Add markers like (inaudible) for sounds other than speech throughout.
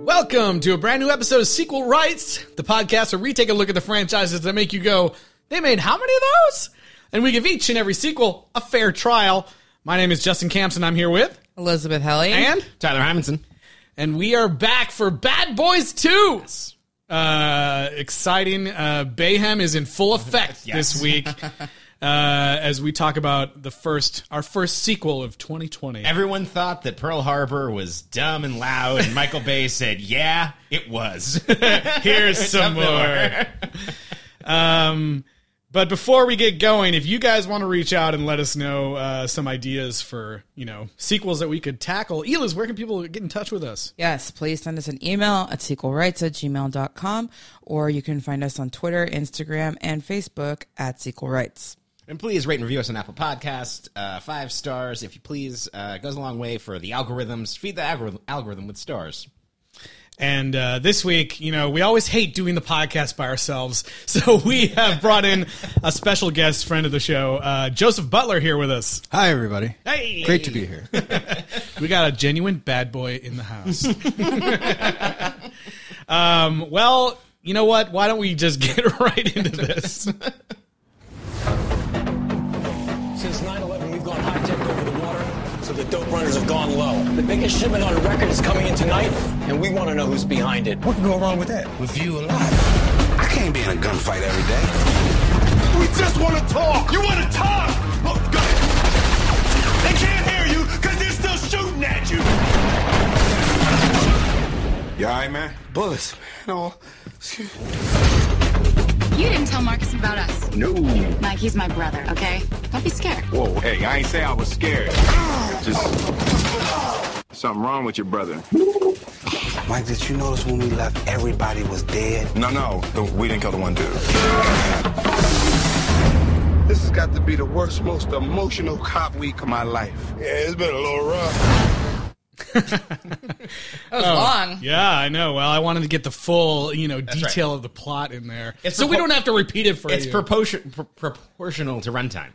Welcome to a brand new episode of Sequel Rights, the podcast where we take a look at the franchises that make you go, they made how many of those? And we give each and every sequel a fair trial. My name is Justin Camps, and I'm here with Elizabeth Helly. and Tyler Hymanson. and we are back for Bad Boys Two. Uh, exciting! Uh, Bayhem is in full effect Yes. this week uh, as we talk about the first, our first sequel of 2020. Everyone thought that Pearl Harbor was dumb and loud, and Michael (laughs) Bay said, "Yeah, it was." Here's (laughs) some more. um, but before we get going, if you guys want to reach out and let us know uh, some ideas for you know sequels that we could tackle, Elas, where can people get in touch with us? Yes, please send us an email at sequelrights at gmail.com or you can find us on Twitter, Instagram, and Facebook at sequelrights. (laughs) and please rate and review us on Apple Podcast, uh, five stars if you please. Uh, it goes a long way for the algorithms. Feed the algorithm, algorithm with stars. And uh, this week, you know, we always hate doing the podcast by ourselves, (laughs) so we have brought in a special guest friend of the show, uh, Joseph Butler, here with us. Hi, everybody. Hey, Great to (laughs) be here. We got a genuine bad boy in the house. (laughs) um, well, you know what? Why don't we just get (laughs) right into this? Since 9-11, we've gone high-tech over the water, so the dope runners have gone low. The biggest shipment on record is coming in tonight, and we want to know who's behind it. What can go wrong with that? With you alive. I can't be in a gunfight every day. We just want to talk. You want to talk? Look, go. They can't hear you because they're still shooting at you. You all right, man? Bullets, man. Oh, excuse You didn't tell Marcus about us. No. Mike, he's my brother, okay? Don't be scared. Whoa, hey, I ain't say I was scared. Just something wrong with your brother. Mike, did you notice when we left, everybody was dead? No, no, we didn't kill the one dude. This has got to be the worst, most emotional cop week of my life. Yeah, it's been a little rough. That was long. Yeah, I know. Well, I wanted to get the full, you know, right. detail of the plot in there, It's so we propo- don't have to repeat it for It's you. proportion, pr- proportional to runtime.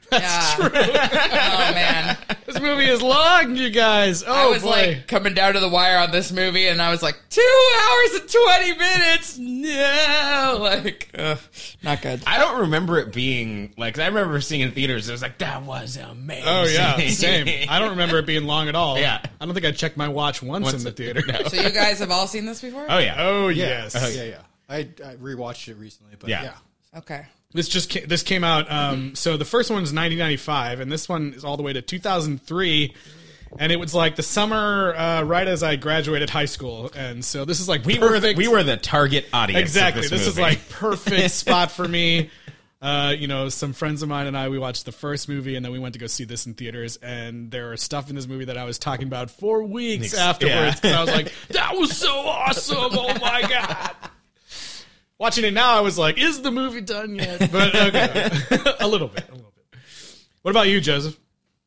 true. (laughs) oh, man. this movie is long, you guys. Oh I was boy. like coming down to the wire on this movie and I was like, two hours and 20 minutes. No. (laughs) Like, ugh, not good. I don't remember it being like I remember seeing in theaters. It was like that was amazing. Oh (laughs) yeah, same. I don't remember it being long at all. Yeah. I don't think I checked my watch once, in the theater. (laughs) So you guys have all seen this before? Oh yeah. Oh yes. yeah, yeah. I, I rewatched it recently, but Yeah. yeah. Okay. This just ca- this came out. Um, so the first one is 1995, and this one is all the way to 2003. And it was like the summer uh, right as I graduated high school, and so this is like We were perfect. we were the target audience. of exactly. This, is movie. (laughs) like perfect spot for me. Uh, you know, some friends of mine and I we watched the first movie, and then we went to go see this in theaters. And there was stuff in this movie that I was talking about for weeks Ex- afterwards 'cause yeah. (laughs) I was like, "That was so awesome! Oh my god!" Watching it now, I was like, "Is the movie done yet?" But (laughs) okay, (laughs) a little bit, a little bit. What about you, Joseph?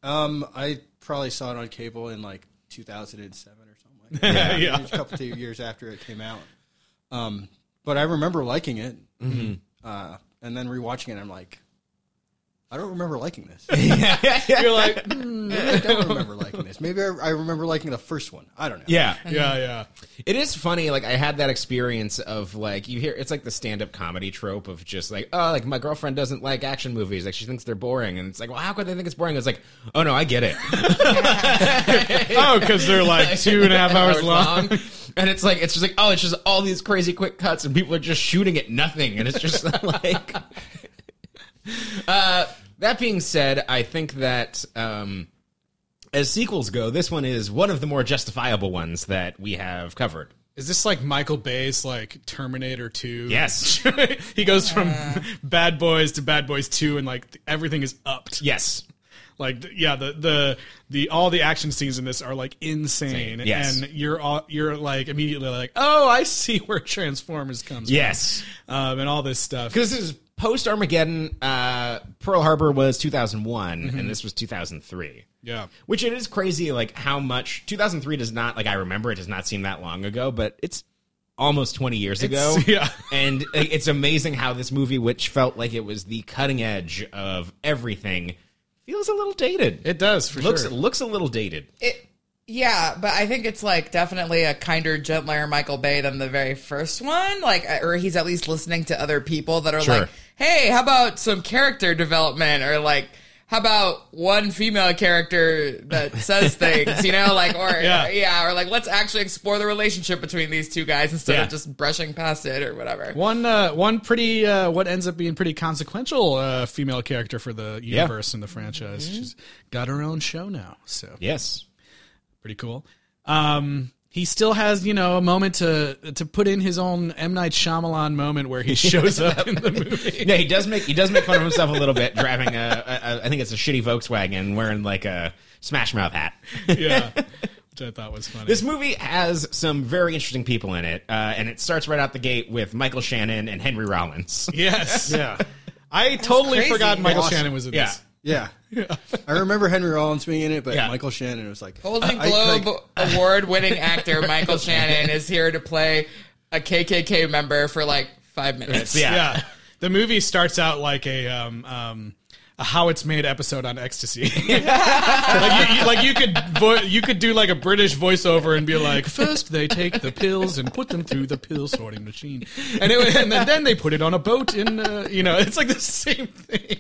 Um, I probably saw it on cable in like 2007 or something. Like (laughs) that. Yeah. (laughs) It was a couple of years after it came out. Um, but I remember liking it, Mm-hmm. uh, and then rewatching it, I'm like, I don't remember liking (laughs) this. Maybe You're like, "Hmm, I don't remember liking this. Maybe I, I remember liking the first one. I don't know. yeah. yeah, yeah. It is funny. Like I had that experience of like you hear it's like the stand-up comedy trope of just like oh like my girlfriend doesn't like action movies like she thinks they're boring and it's like well how could they think it's boring? It's like oh no I get it. Oh, because (laughs) they're like two and a (laughs) half hours long. (laughs) and it's like it's just like oh it's just all these crazy quick cuts and people are just shooting at nothing and it's just (laughs) like. uh, that being said, I think that. Um, as sequels go, this one is one of the more justifiable ones that we have covered. Is this like Michael Bay's like Terminator 2? (laughs) Yes. he goes from (laughs) Bad Boys to Bad Boys 2 and like th- everything is upped. Yes. Like th- yeah, the the the all the action scenes in this are like insane Insane, yes. and you're all, you're like immediately like, "Oh, I see (laughs) where Transformers comes Yes. from." Um and all this stuff. Because this is post Armageddon. Uh, Pearl Harbor was 2001, and this was 2003. Mm-hmm. Yeah. Which it is crazy, like how much 2003 does not like I remember it does not seem that long ago, but it's almost 20 years ago. (laughs) yeah. and like, it's amazing how this movie, which felt like it was the cutting edge of everything, feels a little dated. It does for looks sure. looks a little dated. It, Yeah, but I think it's like definitely a kinder, gentler Michael Bay than the very first one. Like, uh, or he's at least listening to other people that are Sure. like, "Hey, how about some character development?" Or like, "How about one female character that says things?" You know, like, or Yeah. yeah, or like, let's actually explore the relationship between these two guys instead Yeah. of just brushing past it or whatever. One, uh, one pretty, uh, what ends up being pretty consequential uh, female character for the universe and the franchise. She's got her own show now, so Yes. pretty cool. Um, he still has, you know, a moment to to put in his own M Night Shyamalan moment where (laughs) he shows up in the (laughs) movie. Yeah, he does make he does make fun of himself a little bit driving a, a, a I think it's a shitty Volkswagen wearing like a Smash Mouth hat. yeah, which I thought was funny. This movie has some very interesting people in it, uh, and it starts right out the gate with Michael Shannon and Henry Rollins. yes, yeah, I totally crazy. forgot Michael Awesome. Shannon was in this. (laughs) Yeah. I remember Henry Rollins being in it, but Yeah. Michael Shannon was like Golden I- like, Globe award-winning actor Michael Shannon is here to play a KKK member for like five minutes. Yeah. yeah. The movie starts out like a um, um, a how it's made episode on ecstasy. (laughs) like, you, you- like you could vo- you could do like a British voiceover and be like, first they take the pills and put them through the pill sorting machine, and, it, and then, then they put it on a boat and uh, you know it's like the same thing.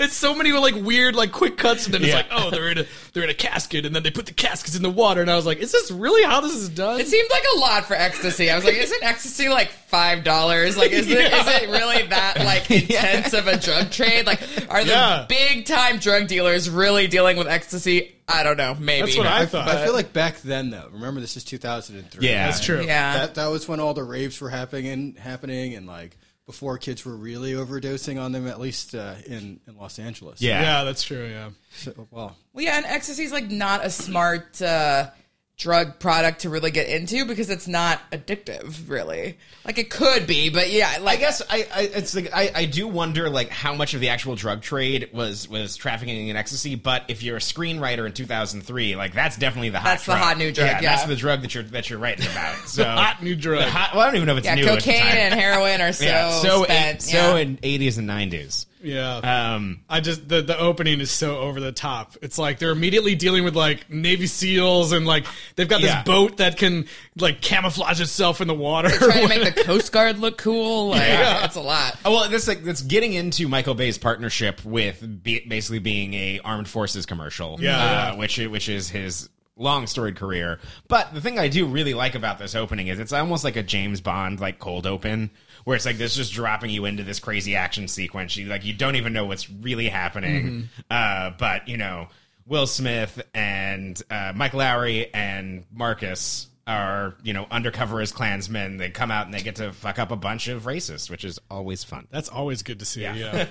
It's so many like weird like quick cuts and then it's Yeah. like oh they're in a they're in a casket and then they put the caskets in the water and I was like is this really how this is done? It seemed like a lot for ecstasy. I was like, isn't ecstasy like five dollars? Like, is it is it really that (laughs) like intense of a drug trade? Like, are the Yeah. big time drug dealers really dealing with ecstasy? I don't know. Maybe That's what I thought. I feel like back then though. Remember this is 2003. Yeah. that's true. Yeah, That that was when all the raves were happening and happening and like before kids were really overdosing on them at least uh, in in Los (laughs) Angeles. Yeah. Yeah, that's true. Yeah. So, well, Well, yeah, and ecstasy is like not a smart uh, drug product to really get into because it's not addictive, really. Like it could be, but yeah, I like guess I, I it's like I, I do wonder like how much of the actual drug trade was was trafficking in ecstasy. But if you're a screenwriter in 2003, like that's definitely the hot That's the drug. hot new drug, that's yeah. the drug that you're that you're writing (laughs) about. So hot new drug. The hot- well, I don't even know if it's yeah, new. at the cocaine time. and heroin are so (laughs) yeah, so spent. eight- yeah. so in 80s and 90s. Yeah. Um, I just the the opening is so over the top. It's like they're immediately dealing with like Navy SEALs and like they've got this Yeah. boat that can like camouflage itself in the water. (laughs) trying (laughs) to make the Coast Guard look cool. Like, Yeah. That's a lot. Oh, well, that's like that's getting into Michael Bay's partnership with be, basically being a armed forces commercial, Yeah, uh, yeah. which which is his long storied career. But the thing I do really like about this opening is it's almost like a James Bond like cold open, where it's like this just dropping you into this crazy action sequence. You like you don't even know what's really Mm-hmm. happening, uh, but you know Will Smith and uh, Mike Lowry and Marcus. Are you know undercover as Klansmen? They come out and they get to fuck up a bunch of racists, which is always fun. That's always good to see. Yeah.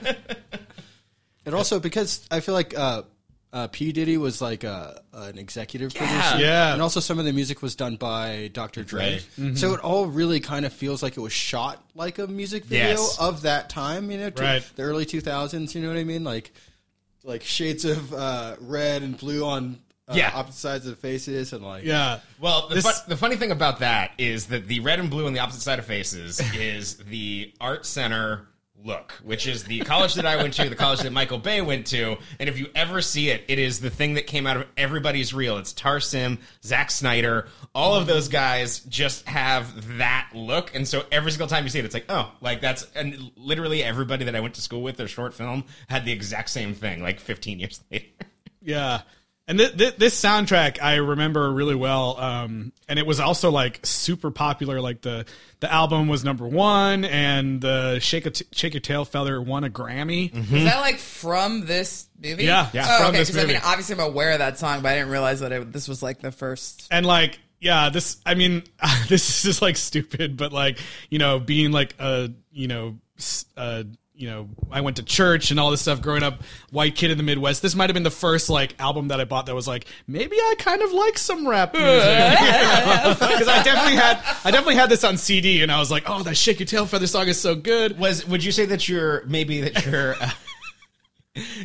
and also because I feel like uh, uh, P Diddy was like a, an executive producer, Yeah. Mm-hmm. and also some of the music was done by Dr. Dre. Right. So it all really kind of feels like it was shot like a music video Yes. of that time, you know, to Right. the early 2000s. You know what I mean? Like like shades of uh, red and blue on uh, Yeah. opposite sides of the faces, and like Yeah. Well, the, This- fun, the funny thing about that is that the red and blue on the opposite side of faces is the art center look, which is the college that I went to, the college that Michael Bay went to. And if you ever see it, it is the thing that came out of everybody's reel. It's Tarsim, Zack Snyder, all of those guys just have that look. And so every single time you see it, it's like, oh, like that's and literally everybody that I went to school with, their short film had the exact same thing like 15 years (laughs) later. Yeah. And th- th- this soundtrack I remember really well, um, and it was also like super popular. Like the the album was number one, and the Shake a T- Shake Your Tail Feather won a Grammy. Is that like from this movie? Yeah, yeah, Oh, from okay. this 'cause I mean, movie. obviously, I'm aware of that song, but I didn't realize that it, this was like the first. and like yeah this i mean (laughs) this is like stupid but like you know being like a you know s- uh you know i went to church and all this stuff growing up white kid in the midwest this might have been the first like album that i bought that was like maybe i kind of like some rap music (laughs) because i definitely had i definitely had this on cd and i was like oh that shake your tail feather song is so good Was would you say that your maybe that your uh,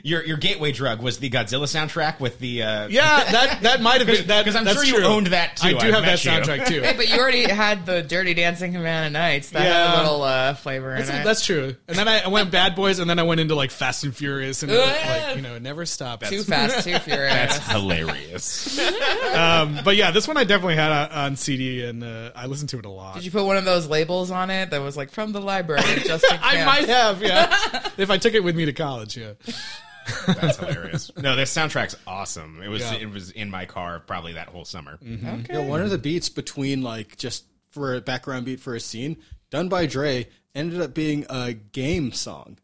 your your gateway drug was the Godzilla soundtrack with the uh, Yeah, that that might have been that 'Cause I'm that's sure you true. owned that, too. I do have I've that met you. soundtrack too. Hey, but you already had the Dirty Dancing Havana Nights. That had Yeah. a little uh, flavor in That's, it. that's true. And then I, I went Bad Boys, and then I went into like Fast and Furious, and like you know, never stop. too fast, too (laughs) furious. That's hilarious. Um, But yeah, this one I definitely had on, on CD, and uh, I listened to it a lot. Did you put one of those labels on it that was like from the library? (laughs) Just in I case? might have, (laughs) yeah, if I took it with me to college. Yeah, That's hilarious. No, this soundtrack's awesome. It was Yeah. it was in my car probably that whole summer. Yeah, one of the beats between like just for a background beat for a scene done by Dre ended up being a game song,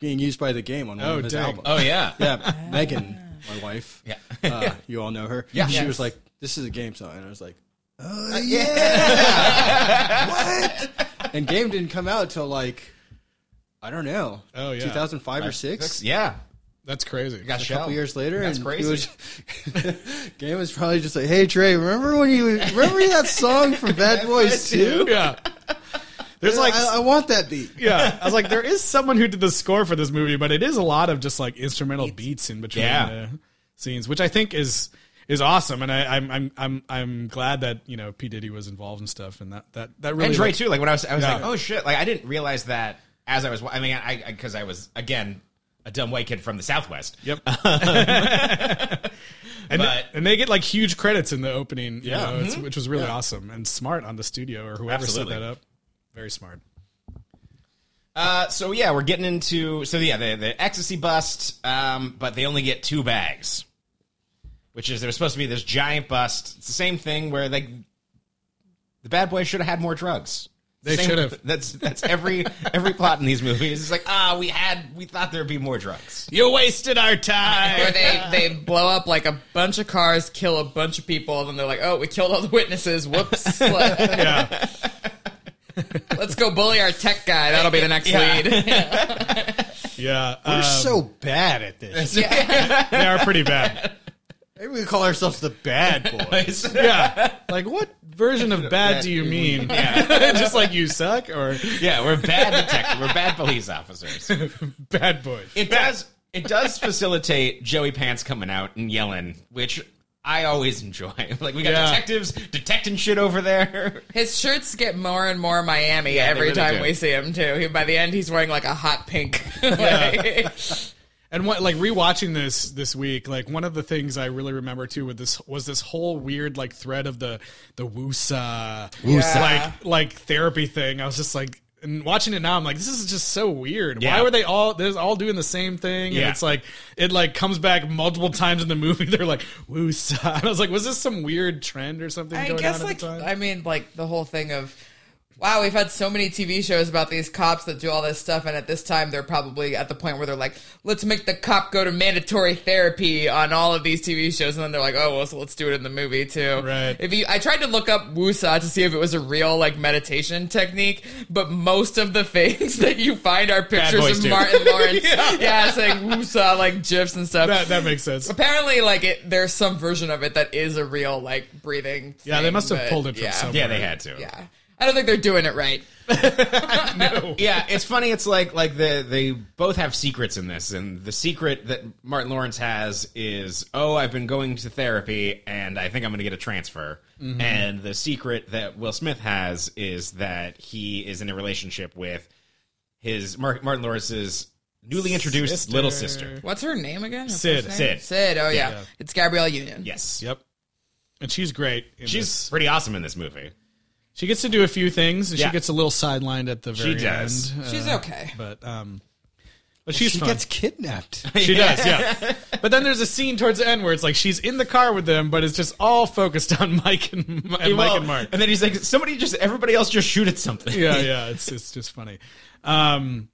being used by the game on one Oh, of his dang. albums. Oh yeah. yeah, Megan, my wife. Yeah, uh, you all know her. Yeah. she Yes. was like, "This is a game song," and I was like, "Oh yeah, (laughs) what?" And game didn't come out till like I don't know, Oh, yeah. 2005 or six. Yeah. that's crazy. Got A shell. couple years later, That's and crazy. He was, Game was (laughs) probably just like, "Hey Trey, remember when you remember that song from Bad Boys 2? Yeah, there's like I, I want that beat." yeah, I was like, there is someone who did the score for this movie, but it is a lot of just like instrumental beats in between Yeah. the scenes, which I think is is awesome, and I, I'm I'm I'm I'm glad that you know P Diddy was involved and stuff, and that that that really and Dre like- too. Like when I was, I was Yeah. like, oh shit! Like I didn't realize that as I was. wa- I mean, I because I, was again a dumb white kid from the Southwest. Yep. (laughs) and but and they get like huge credits in the opening, you Yeah. know, it's, which was really awesome and smart on the studio or whoever Absolutely. set that up. Very smart. uh, so yeah, we're getting into so yeah the the ecstasy bust, um, but they only get two bags, which is there's supposed to be this giant bust. It's the same thing where like the bad boys should have had more drugs. They Same- should've. That's that's every every plot in these movies. It's like ah, we had we thought there'd be more drugs. You wasted our Where (laughs) time. they, they blow up like a bunch of cars, kill a bunch of people, and then they're like, oh, we killed all the witnesses. Whoops. Let's yeah. go bully our tech guy. That'll be the next lead. Yeah. We're Um, so bad at this. they are pretty (laughs) bad. Maybe we call ourselves the (laughs) Bad Boys. (laughs) Yeah. Like what version of bad do you mean? Yeah. (laughs) Just like you suck or (laughs) (laughs) Yeah, we're bad detectives. We're bad police officers. bad boys. It does. It does facilitate Joey Pants coming out and yelling, which I always enjoy. (laughs) Like we got Yeah. detectives detecting shit over there. His shirts get more and more Miami Yeah, they every really time do. we see him, too. He, by the end, he's wearing like a hot pink. (laughs) like, And what, like rewatching this this week, like one of the things I really remember too with this was this whole weird like thread of the the woosa, like like therapy thing. I was just like, and watching it now, I'm like, this is just so weird. Yeah. Why were they all they're all doing the same thing? Yeah. And it's like it like comes back multiple times in the movie. (laughs) They're like woosa, (laughs) and I was like, was this some weird trend or something? I going guess, on at like, the time? I mean, like the whole thing of, wow, we've had so many TV shows about these cops that do all this stuff, and at this time they're probably at the point where they're like, let's make the cop go to mandatory therapy on all of these TV shows, and then they're like, oh, well, so let's do it in the movie too. Right. If you, I tried to look up wusa to see if it was a real like meditation technique, but most of the (laughs) things that you find are pictures Boys of do. (laughs) Martin Lawrence, yeah. saying wusa like gifs and stuff. that that makes sense. Apparently, like it, there's some version of it that is a real like breathing. Yeah, they thing, must have but pulled it from yeah. somewhere. Yeah, they had to. Yeah, I don't think they're doing it right. (laughs) yeah, it's funny. It's like like the they both have secrets in this, and the secret that Martin Lawrence has is, oh, I've been going to therapy, and I think I'm going to get a transfer. Mm-hmm. And the secret that Will Smith has is that he is in a relationship with his Mar- Martin Lawrence's newly introduced Sister. little sister. What's her name again? Her Sid. first name? Sid. Sid. Oh yeah, it's Gabrielle Union. Yes. Yep. And she's great. in She's this. pretty awesome in this movie. She gets to do a few things, and Yeah. she gets a little sidelined at the very does. end. She's uh, okay. but um, but she's she fun. (laughs) gets kidnapped. she does, yeah. But then there's a scene towards the end where it's like she's in the car with them, but it's just all focused on (laughs) Mike and, and Mike Well, and Mark. And then he's like, somebody just, everybody else just shoot at something. (laughs) yeah, yeah. It's it's just funny. Um,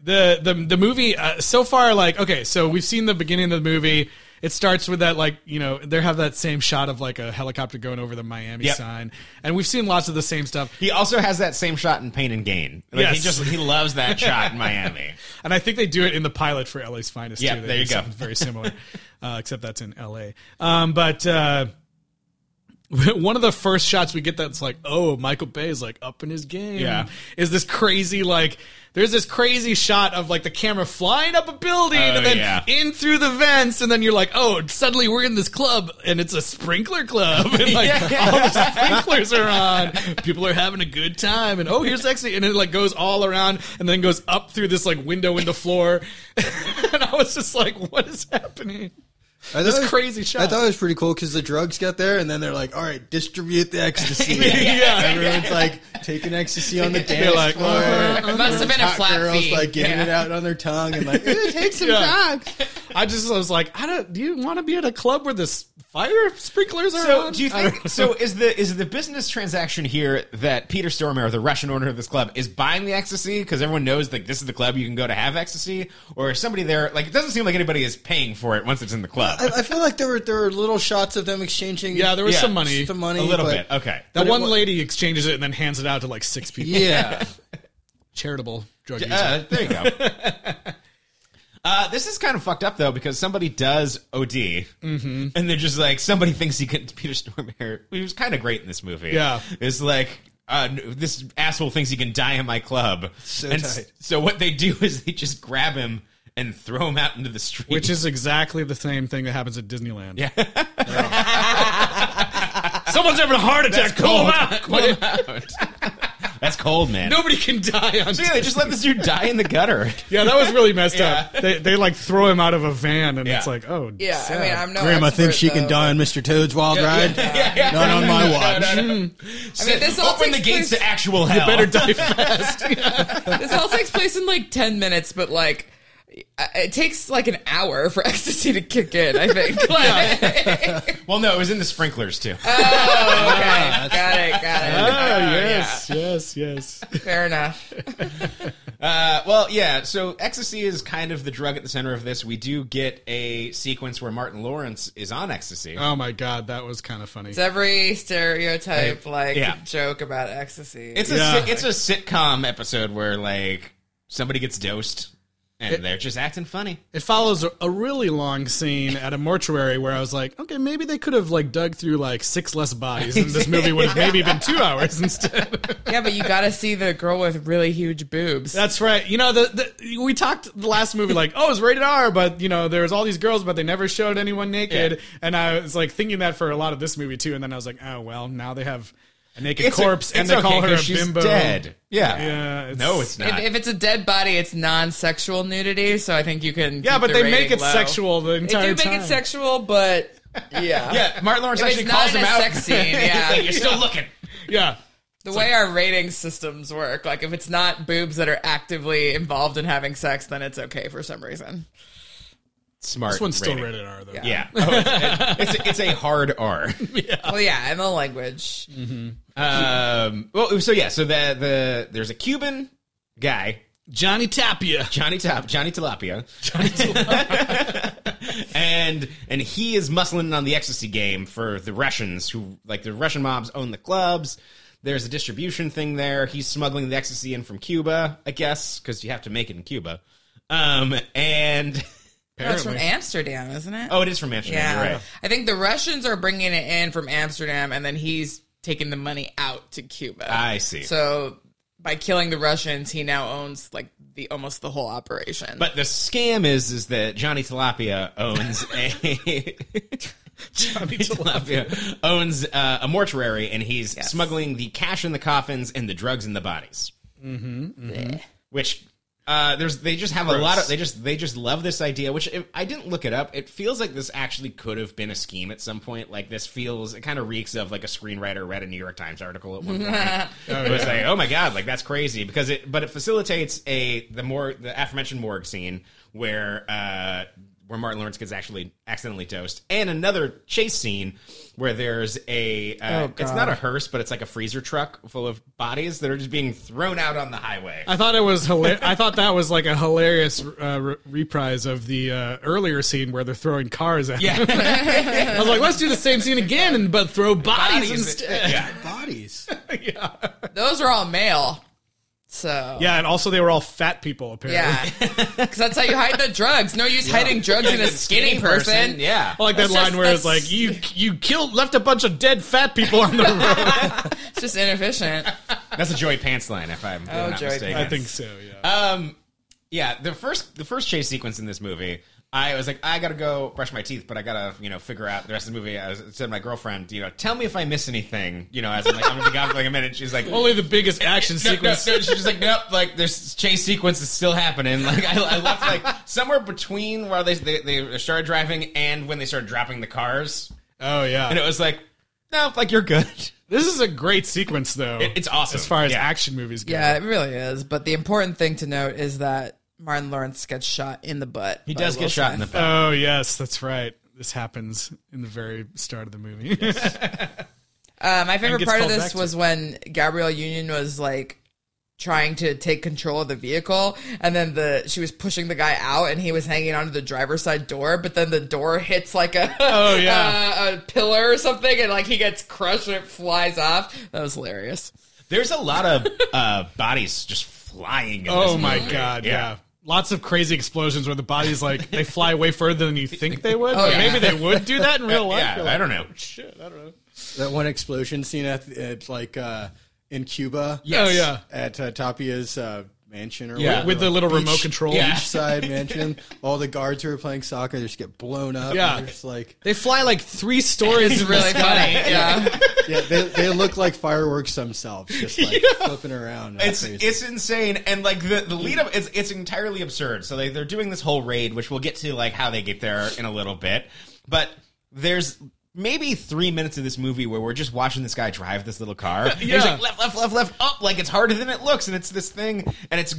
the the the movie uh, so far, like okay, so we've seen the beginning of the movie. It starts with that like you know they have that same shot of like a helicopter going over the Miami Yep. sign, and we've seen lots of the same stuff. (laughs) He also has that same shot in Pain and Gain. Like, He Yes. just, he loves that shot in Miami. And I think they do it in the pilot for LA's Finest Yeah, too. They there do you go. something Very similar, uh, except that's in LA. Um, but uh, (laughs) one of the first shots we get that's like, oh, Michael Bay is like up in his game. Yeah. Is this crazy, like, there's this crazy shot of like the camera flying up a building Oh, and then yeah. in through the vents. And then you're like, oh, suddenly we're in this club and it's a sprinkler club. (laughs) And like all the sprinklers are on. People are having a good time. And oh, here's actually, and it like goes all around and then goes up through this like window in the floor. (laughs) and I was just like, what is happening? I This thought it- crazy I shot. (laughs) thought it was pretty cool because the drugs got there, and then they're like, "All right, distribute the ecstasy." yeah. everyone's like taking (laughs) ecstasy (laughs) on the dance like, floor. uh-huh, It must have been a Hot flat girls fee. like getting Yeah. it out on their tongue and (laughs) like, "Eh, "Take some Yeah. drugs." I just I was like, I don't. Do you want to be at a club where the s- fire sprinklers are So on? do you I think? don't So know. is the is the business transaction here that Peter Stormare, the Russian owner of this club, is buying the ecstasy because everyone knows like this is the club you can go to have ecstasy, or is somebody there like it doesn't seem like anybody is paying for it once it's in the club. I, I feel like there were there were little shots of them (laughs) exchanging. Yeah, there was Yeah, some money. some money, a little but- bit, okay. That it one wa- lady exchanges it and then hands it out to like six people. Yeah, Charitable drug user. Uh, there you go. Uh, this is kind of fucked up though because somebody does OD, and they're just like somebody thinks he can. (laughs) Peter Stormare, he was kind of great in this movie. Yeah. is like uh, n- this asshole thinks he can die in my club. So And s- tight. So what they do is they just grab him and throw him out into the street. Which is exactly the same thing that happens at Disneyland. Yeah. (laughs) Someone's having a heart attack. Call him (laughs) out. Call him out. That's cold, man. Nobody can die on. yeah, they just let this dude die in the gutter. yeah, that was really messed up. They, they like throw him out of a van and Yeah. it's like, oh, Yeah, I sad. mean, I'm no Grandma expert, thinks she can though, die on Mr. Toad's wild ride. Not (laughs) on my watch. Hmm. I mean, this all Open the takes gates place- to actual hell. better die (laughs) fast. This all takes place in like 10 minutes, but like uh, it takes like an hour for (laughs) ecstasy to kick in, I think. (laughs) Like, (laughs) Oh, Well, no, it was in the sprinklers too. Ah, okay, got it, got Ah, yes, yes, yes. it. Fair enough. Uh, well, yeah. So ecstasy is kind of the drug at the center of this. We do get a sequence where Martin Lawrence is on ecstasy. Oh my god, that was kind of funny. It's every stereotype like yeah. joke about ecstasy. it's a Yeah. si- it's a sitcom episode where like somebody gets dosed and they're just acting funny. It follows a, a really long scene at a mortuary where I was like, okay, maybe they could have like dug through like six less bodies, and this movie would have maybe been two hours instead. yeah, but you got to see the girl with really huge boobs. That's right. You know, the, the we talked the last movie like, oh, it's rated R, but you know, there was all these girls, but they never showed anyone naked, Yeah. and I was like thinking that for a lot of this movie too, and then I was like, oh well, now they have a naked It's a- corpse, and it's they call okay, her a 'cause she's bimbo. Dead. Yeah. Yeah, it's- no, it's if, not. if it's a dead body, it's non-sexual nudity, so I think you can. Yeah, keep but the they make rating it low. sexual the They do entire time. make it sexual, but (laughs) yeah, (laughs) yeah, Martin Lawrence If it's actually not calls in him a out. sex (laughs) scene, yeah. You're still looking. Yeah. The way our rating systems work, like if it's not boobs that are actively involved in having sex, then it's okay for some reason. Smart. This one's still rating. rated R though. Yeah. Oh, it's, it's, it's a hard R. Oh. Well, yeah, in the language. Um, well, so yeah, so the the there's a Cuban guy, Johnny Tapia. Johnny Top, Johnny Tilapia, Johnny Tilapia, (laughs) and and he is muscling in on the ecstasy game for the Russians who like the Russian mobs own the clubs. There's a distribution thing there. He's smuggling the ecstasy in from Cuba, I guess, because you have to make it in Cuba. Um, and That's from Amsterdam, isn't it? oh, it is from Amsterdam. yeah. You're right. I think the Russians are bringing it in from Amsterdam, and then he's taking the money out to Cuba. I see. So by killing the Russians, he now owns like the almost the whole operation. But the scam is is that Johnny Tilapia owns (laughs) a Johnny Tilapia owns uh, a mortuary, and he's Yes. smuggling the cash in the coffins and the drugs in the bodies. Mm-hmm. Which uh, there's they just have a lot of they just they just love this idea. Which if, I didn't look it up. It feels like this actually could have been a scheme at some point. Like this feels it kind of reeks of like a screenwriter read a New York Times article at one point. it was like, oh my god, like that's crazy because it, but it facilitates a the more the aforementioned morgue scene where uh where Martin Lawrence gets actually accidentally dosed, and another chase scene where there's a uh, it's not a hearse, but it's like a freezer truck full of bodies that are just being thrown out on the highway. I thought it was hilarious. I thought that was like a hilarious uh, re- reprise of the uh, earlier scene where they're throwing cars at. Yeah. (laughs) I was like, let's do the same scene again, and but throw bodies, Bodies. instead. Bodies. Those are all male. So Yeah, and also they were all fat people apparently. yeah, (laughs) because that's how you hide the drugs. No use hiding drugs (laughs) in a skinny, person. Oh. Yeah. (laughs) I like that That's line just- where it's that's- like you you killed left a bunch of dead fat people (laughs) on the road. it's just inefficient. That's a Joey Pants line, if I'm Oh, not Joey mistaken. I think so. Yeah. Um, yeah, the first the first chase sequence in this movie, I was like, I gotta go brush my teeth, but I gotta you know figure out the rest of the movie. I was, said to my girlfriend, you know, tell me if I miss anything. You know, as I'm like, I'm gonna be gone for like a minute. She's like, Only the biggest action no, no, no. sequence. She's just like, nope. Like, there's chase sequence is still happening. (laughs) Like, I, I left like somewhere between where they, they they started driving and when they started dropping the cars, Oh yeah. and it was like, no, like you're good. (laughs) This is a great sequence, though. It- it's awesome. as far as Yeah. action movies go. Yeah, it really is. But the important thing to note is that Martin Lawrence gets shot in the butt. He does get shot in the back. Oh yes, that's right. This happens in the very start of the movie. Uh, my and favorite gets part of called back this to. was when Gabrielle Union was like trying to take control of the vehicle and then the she was pushing the guy out and he was hanging onto the driver's side door but then the door hits like a (laughs) Oh, yeah. uh, a pillar or something and like he gets crushed and it flies off that was hilarious There's a lot of (laughs) uh, bodies just flying. In oh this my movie. god! Yeah. Yeah. Lots of crazy explosions where the bodies like they fly way further than you think they would. Oh, Like, yeah. Maybe they would do that in real life. Yeah, You're like, "Oh, I don't know. Shit, I don't know. That one explosion scene at, at like uh, in Cuba. Yes. Oh, yeah. At uh, Tapia's uh, mansion or Yeah. whatever, With the little beach- remote control. Yeah. (laughs) beachside mansion. All the guards who are playing soccer just get blown up. Yeah. and they're just like They fly like three stories. it's in the really sky. funny yeah yeah, they, they look like fireworks themselves, just like (laughs) flipping around. It's Crazy. it's insane, and like the, the lead up, it's it's entirely absurd. So they they're doing this whole raid, which we'll get to like how they get there in a little bit. But there's maybe three minutes of this movie where we're just watching this guy drive this (laughs) little car. And Yeah. He's like left, left, left, left, up. Like it's harder than it looks, and it's this thing, and it's.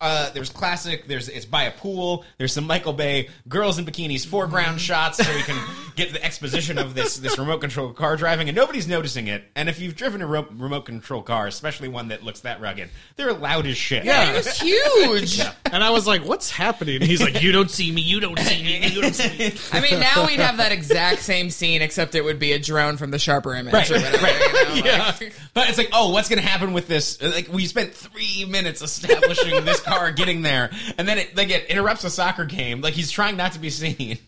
Uh, there's classic. There's it's by a pool. There's some Michael Bay girls in bikinis foreground shots, so we can get the exposition of this this remote control car driving, and nobody's noticing it. And if you've driven a ro- remote control car, especially one that looks that rugged, they're loud as shit. it was huge (laughs) And I was like, "What's happening?" And he's like, "You don't see me. You don't see me. You don't see me." i mean now we'd have that exact same scene except it would be a drone from the sharper image Right, or whatever you know, like- (laughs) yeah. But it's like, oh, what's going to happen with this? Like, we spent three minutes establishing this (laughs) car getting there, and then it like it interrupts a soccer game. Like he's trying not to be seen,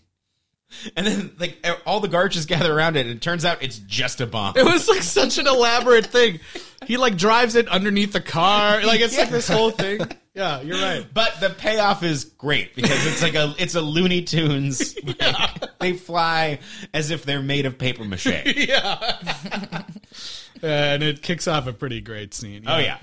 and then like e, all the guards just gather around it, and it turns out it's just a (laughs) bomb. It was like such an elaborate thing. He like drives it underneath the car. Like it's like this whole thing. (laughs) Yeah, you're right. But the payoff is great because it's (laughs) like a it's a Looney Tunes. like, They fly as if they're made of paper (laughs) mache. And it kicks off a pretty great scene. Oh yeah.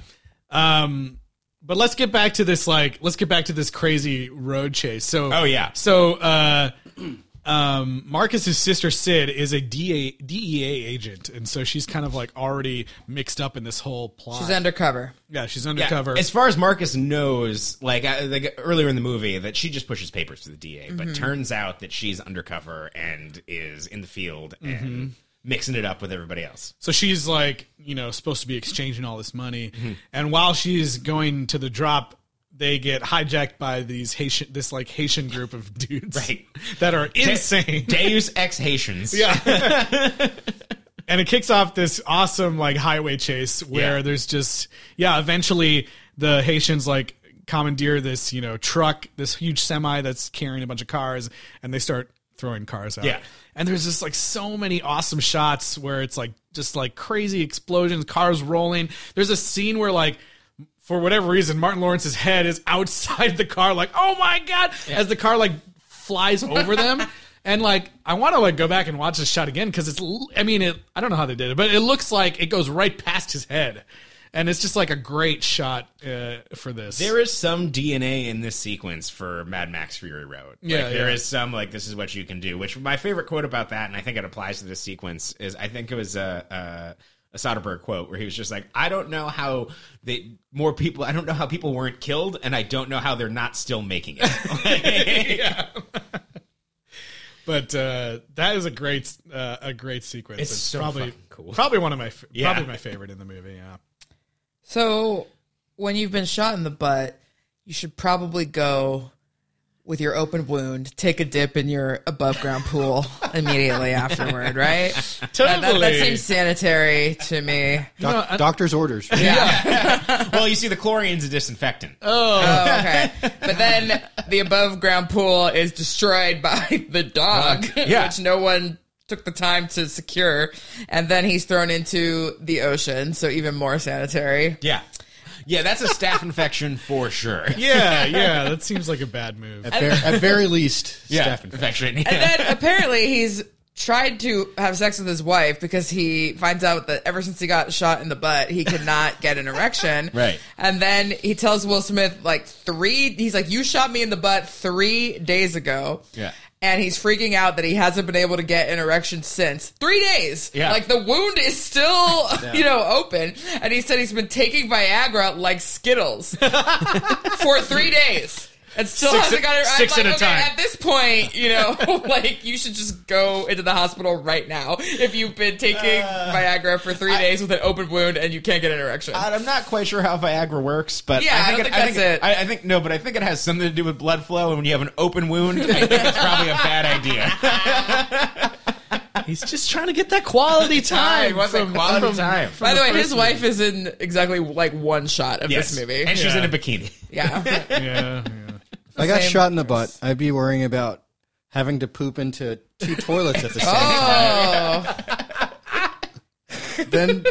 Um, but let's get back to this. Like, let's get back to this crazy road chase. So, Oh, yeah. So, uh, (clears throat) um, Marcus's sister Sid is a DA, DEA agent, and so she's kind of like already mixed up in this whole plot. she's undercover yeah, she's Yeah. undercover. As far as Marcus knows, like, I, like earlier in the movie, that she just pushes papers to the DA, but turns out that she's undercover and is in the field and mixing it up with everybody else. So she's like, you know, supposed to be exchanging all this money, Mm-hmm. and while she's going to the drop, they get hijacked by these Haitian, this like Haitian group of dudes, Right. (laughs) That are insane. Deus ex Haitians. and it kicks off this awesome like highway chase where Yeah. there's just yeah eventually the haitians like commandeer this you know truck this huge semi that's carrying a bunch of cars and they start throwing cars out Yeah. and there's just like so many awesome shots where it's like just like crazy explosions cars rolling there's a scene where like for whatever reason martin lawrence's head is outside the car like oh my god as the car like flies over them and like i want to like go back and watch this shot again because it's l- i mean it i don't know how they did it but it looks like it goes right past his head and it's just like a great shot uh, for this There is some DNA in this sequence for Mad Max Fury Road. Like, Yeah, there yeah. is some like this is what you can do. Which my favorite quote about that, and I think it applies to this sequence, is I think it was a. a a Soderbergh quote where he was just like, "I don't know how they more people. I don't know how people weren't killed, and I don't know how they're not still making it." (laughs) but uh, that is a great uh, a great sequence It's so probably fucking cool. probably one of my f- Yeah. probably my favorite in the movie yeah So when you've been shot in the butt, you should probably go with your open wound, take a dip in your above ground pool immediately afterward, right? That, that, that Totally. seems sanitary to me. Doc- doctor's orders. well, you see, the chlorine's a disinfectant. Oh, okay. But then the above ground pool is destroyed by (laughs) the dog, yeah. which no one took the time to secure. And then he's thrown into the ocean, so even more sanitary. Yeah. Yeah, that's a staph infection for sure. Yeah, yeah, that seems like a bad move. At, ver- at very least, Yeah, staph infection. infection. And Yeah. then apparently he's tried to have sex with his wife because he finds out that ever since he got shot in the butt, he could not get (laughs) an erection. Right. And then he tells Will Smith like three. He's like, "You shot me in the butt three days ago." Yeah. And he's freaking out that he hasn't been able to get an erection since three days. Yeah. Like the wound is still, (laughs) you know, open. And he said he's been taking Viagra (laughs) like Skittles for three days. And still Six- hasn't got it. I'm six like, at a okay, time. At this point, you know, (laughs) like you should just go into the hospital right now if you've been taking Uh, Viagra for three days with an open wound and you can't get an erection. God, I'm not quite sure how Viagra works, but Yeah, I I think, don't it, think I, think that's it. I, I think no, but I think it has something to do with blood flow. And when you have an open wound, I think it's probably a (laughs) bad idea. He's just trying to get that quality time. It wasn't from- quality from- time. from By the way, first his wife is in exactly like one shot of Yes, this movie. and she's Yeah. in (laughs) a bikini. yeah. movie. Yeah, yeah. If I got Same shot in the butt, I'd be worrying about having to poop into two toilets at the same oh, time. Then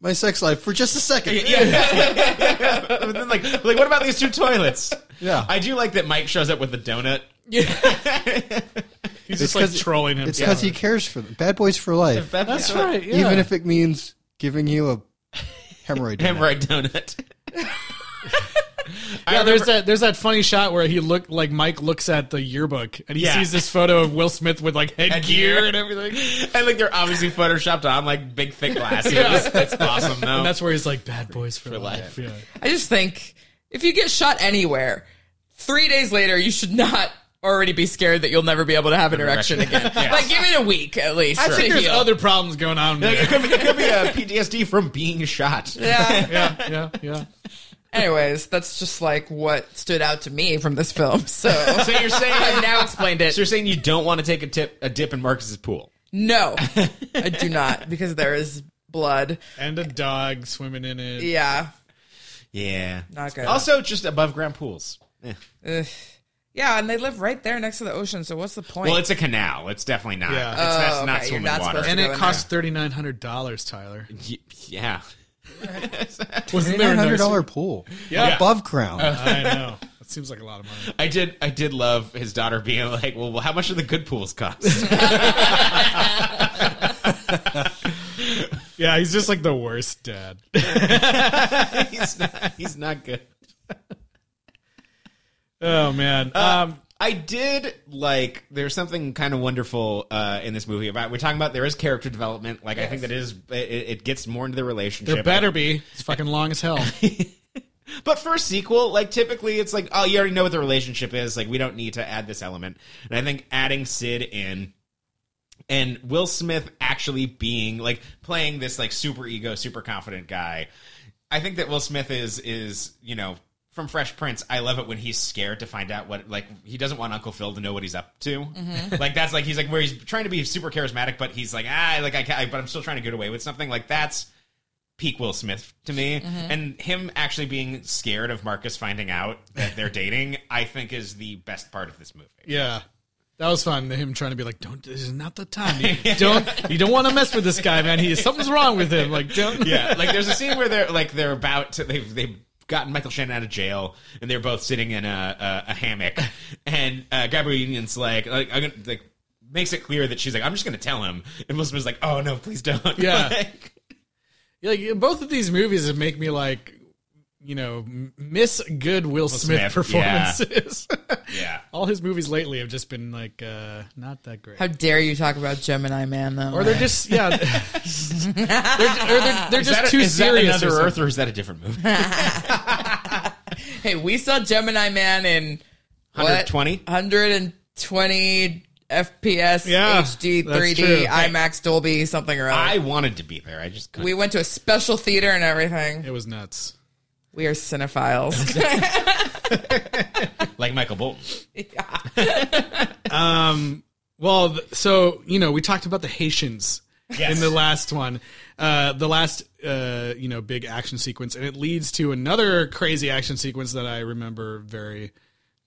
my sex life for just a second. (laughs) But then, like, like what about these two toilets? Yeah. I do like that Mike shows up with a donut. He's just like 'cause- trolling him. It's because he cares for them. Bad boys for life. That's right. Yeah. Even if it means giving you a hemorrhoid. (laughs) hemorrhoid donut. I yeah, there's remember- that there's that funny shot where he look like Mike looks at the yearbook and he Yeah. sees this photo of Will Smith with like headgear Headgear. and everything. and like they're obviously photoshopped on like big thick glasses. That's awesome though. And that's where he's like bad boys for, life. Yeah. I just think if you get shot anywhere, three days later, you should not already be scared that you'll never be able to have an erection again. Like, give it a week at least. I to think there's heal. other problems going on. (laughs) Like, There. it, could be, it could be a PTSD from being shot. Yeah. yeah, yeah, yeah. Anyways, that's just like what stood out to me from this film. So So you're saying (laughs) I've now explained so it. you're saying you don't want to take a tip a dip in Marcus's pool. (laughs) No, I do not because there is blood. And a dog swimming in it. Yeah. Yeah. Not good. Also just above ground pools. Ugh. Yeah, and they live right there next to the ocean. So what's the point? Well, it's a canal. It's definitely not. Yeah. It's that's Oh, okay, not you're swimming not water. supposed And to it go in costs thirty nine hundred dollars, Tyler. Y- yeah. Wasn't there Nine a hundred nice- dollar pool. Yeah. Above ground. Uh, I know. That seems like a lot of money. I did I did love his daughter being like, "Well, how much do the good (laughs) pools cost?" (laughs) Yeah, he's just like the worst dad. (laughs) he's not he's not good. Oh man. Um I did like there's something kind of wonderful uh, in this movie about we're talking about there is character development. Like I think that is it, it gets more into the relationship. there better be. It's fucking long as (laughs) hell. But for a sequel, like typically it's like, oh, you already know what the relationship is. Like we don't need to add this element. And I think adding Sid in and Will Smith actually being like playing this like super ego, super confident guy. I think that Will Smith is is, you know, from Fresh Prince, I love it when he's scared to find out what like he doesn't want Uncle Phil to know what he's up to. Like that's like he's like where he's trying to be super charismatic, but he's like ah like I can't, but I'm still trying to get away with something. Like that's peak Will Smith to me. And him actually being scared of Marcus finding out that they're dating, I think is the best part of this movie. Yeah. That was fun. Him trying to be like, "Don't. This is not the time. (laughs) You don't. You don't want to mess with this guy, man. He something's wrong with him. Like, don't. Yeah, like there's a scene where they're like they're about to they've they've gotten Michael Shannon out of jail and they're both sitting in a a, a hammock and uh, Gabrielle Union's like like, I'm gonna, like makes it clear that she's like I'm just gonna tell him and Will Smith's like oh no please don't Yeah. (laughs) Like, Like, both of these movies have make me like, you know, m- miss good Will, Smith, Smith, yeah. performances. yeah (laughs) All his movies lately have just been like, uh, not that great. How dare you talk about Gemini Man though? or they're just (laughs) yeah. they're, or they're, they're just Is that- too is serious. that or another something. Earth or is that a different movie hey, we saw Gemini Man in what? 120? Uh, 120 FPS Yeah, HD that's 3D true. IMAX Dolby something or other. I wanted to be there I just couldn't we went to a special theater and (laughs) everything. It was nuts. We are cinephiles. like Michael Bolton. Well, th- so you know, we talked about the Haitians Yes. in the last one, uh, the last uh, you know big action sequence, and it leads to another crazy action sequence that I remember very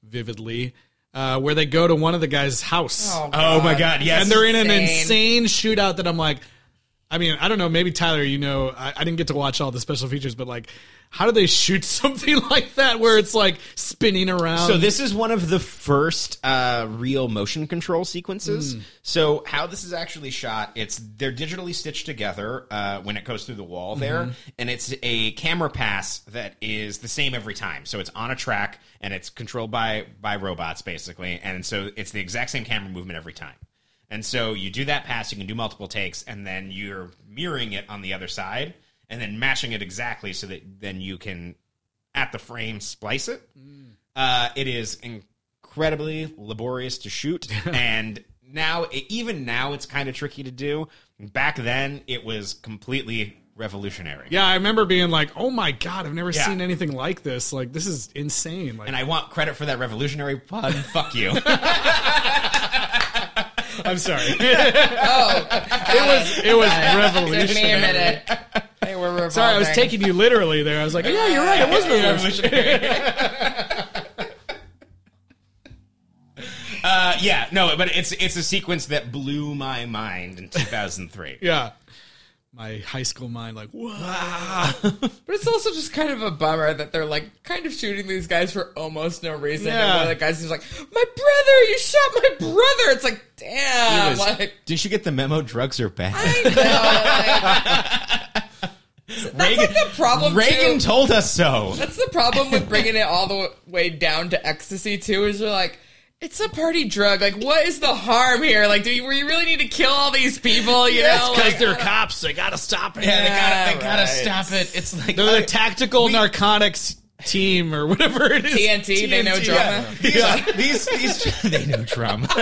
vividly, uh, where they go to one of the guy's house. Oh, Oh my God! Yes, and they're in an Insane. insane shootout that I'm like, I mean, I don't know. Maybe Tyler, you know, I, I didn't get to watch all the special features, but like, how do they shoot (laughs) something like that where it's like spinning around? So this is one of the first uh, real motion control sequences. So how this is actually shot, it's they're digitally stitched together uh, when it goes through the wall there, and it's a camera pass that is the same every time. So it's on a track and it's controlled by by robots basically, and so it's the exact same camera movement every time. And so you do that pass, you can do multiple takes, and then you're mirroring it on the other side, and then mashing it exactly so that then you can at the frame splice it. Mm. Uh, it is incredibly laborious (laughs) to shoot, and now e, even now it's kind of tricky to do. Back then, it was completely revolutionary. Yeah, I remember being like, "Oh my god, I've never Yeah. seen anything like this. Like, this is insane." Like, And I want credit for that revolutionary (laughs) pun. Fuck you. I'm (laughs) sorry, It was. (laughs) it was Took me a revolutionary. minute. They were revolving. Sorry, I was taking you literally there. I was like, (laughs) "Yeah, you're right. It was revolutionary." uh, yeah, no, but it's it's a sequence that blew my mind in 2003. (laughs) Yeah, my high school mind, like, wow. (laughs) But it's also just kind of a bummer that they're like kind of shooting these guys for almost no reason. And Yeah. one of the guys is like, "My brother, you shot my brother." It's like, damn, like. Didn't you get the memo? Drugs are bad. I know, like, Reagan, like the problem, Reagan too. told us so. that's the problem with bringing it all the way down to ecstasy too. Is you're like, it's a party drug. Like, what is the harm here? Like, do you, we really need to kill all these people? You know, like, they're cops. They gotta stop it. Yeah, they gotta, they Yeah, gotta right. stop it. It's like they're the tactical narcotics team or whatever it is. TNT, they know drama. Yeah. These, these, these, they know drama. (laughs)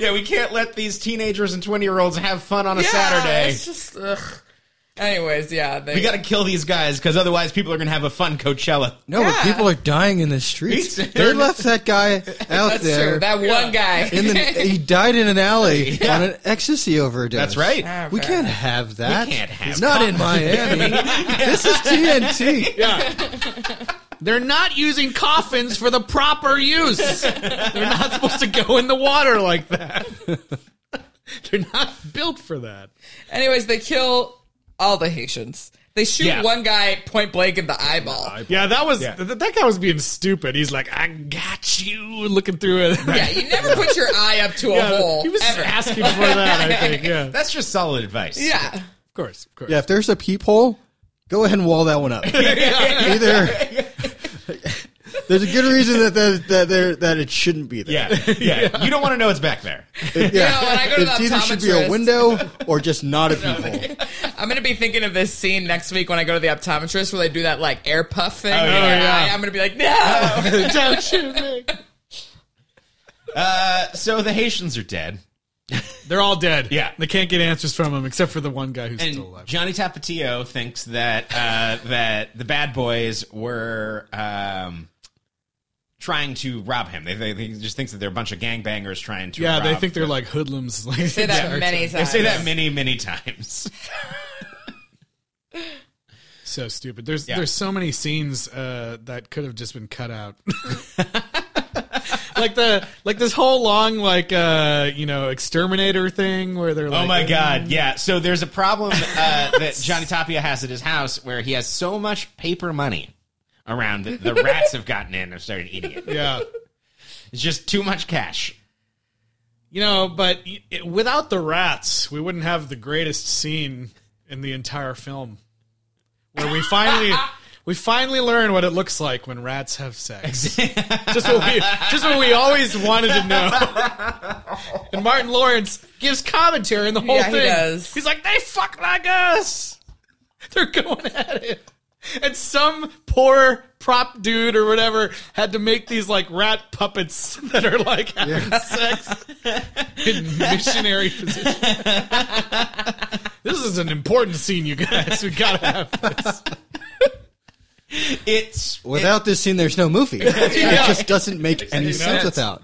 yeah, we can't let these teenagers and 20 year olds have fun on a Saturday. It's just, ugh. Anyways, yeah, they, We gotta kill these guys because otherwise people are gonna have a fun Coachella. No, Yeah. but people are dying in the streets. He's- They left that guy (laughs) out That's there. true. That one guy. (laughs) in the, he died in (laughs) an alley on an ecstasy overdose. That's right. Ah, We fair can't enough. have that. We can't have It's not in Miami. (laughs) This is TNT. They're not using coffins for the proper use. They're not supposed to go in the water like that. (laughs) They're not built for that. Anyways, they kill all the Haitians. They shoot Yeah. one guy point blank in the eyeball. Yeah, that was th- that guy was being stupid. He's like, "I got you," looking through (laughs) it. Yeah, you never put your eye up to (laughs) a Yeah, hole. he was ever. asking for (laughs) that. I think. Yeah, of That's just solid advice. yeah. course, of course. Yeah, if there's a peephole, go ahead and wall (laughs) that one up. Either there's a good reason that that that, there, that it shouldn't be there. Yeah, yeah. You don't want to know what's back there. It- You know, when I go to it the either should be a optometrist- window or just not (laughs) a peephole. I'm gonna be thinking of this scene next week when I go to the optometrist where they do that like air puff thing. in yeah. your Oh, yeah. eye. I'm gonna be (laughs) like, no. Don't shoot me. So the Haitians are dead. They're all dead. Yeah. they can't get answers from him except for the one guy who's And still alive. Johnny Tapatio thinks that uh, (laughs) that the bad boys were um, trying to rob him. They, they, they just thinks that they're a bunch of gangbangers trying to. yeah, rob they think they're like hoodlums. (laughs) Like, Say that many They times. say that many, (laughs) many times. so stupid. There's Yeah. there's so many scenes uh, that could have just been cut out. (laughs) like the like this whole long like uh you know exterminator thing where they're like uh, Oh my god, yeah. So there's a problem (laughs) uh, that Johnny Tapia has at his house where he has so much paper money around that the rats have gotten in and started eating it. yeah It's just too much cash. You know, but y- it, without the rats, we wouldn't have the greatest scene in the entire film, where we finally we finally learn what it looks like when rats have sex. just what we just what we always wanted to know. and Martin Lawrence gives commentary in the whole Yeah, he thing. does. He's like, "They fuck like us. They're going at it." And some poor prop dude or whatever had to make these like rat puppets (laughs) that are like having sex in missionary position. this is an important scene, you guys. We gotta have this. It's Without this scene, there's (laughs) no movie. It just doesn't make any Makes no sense sense. without.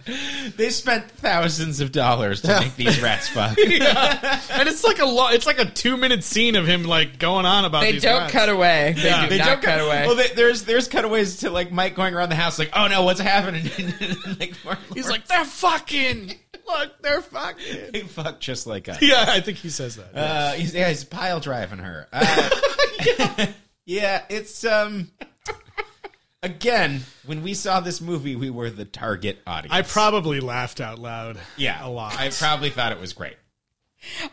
they spent thousands of dollars to make these (laughs) rats fuck. and it's like a lo- it's like a two minute scene of him like going on about They these don't rats. cut away. They Yeah. do They not don't cut away. Well, they, there's there's cutaways to like Mike going around the house, like, oh no, what's happening? (laughs) And, like, Martin He's Lawrence, like they're fucking look they're fucking. they fuck just like us. (laughs) Yeah, I think he says that. Uh, he's, yeah, he's pile driving her. (laughs) Uh, (laughs) yeah, it's um. Again, when we saw this movie, we were the target audience. I probably laughed out loud. yeah a lot. I probably thought it was great.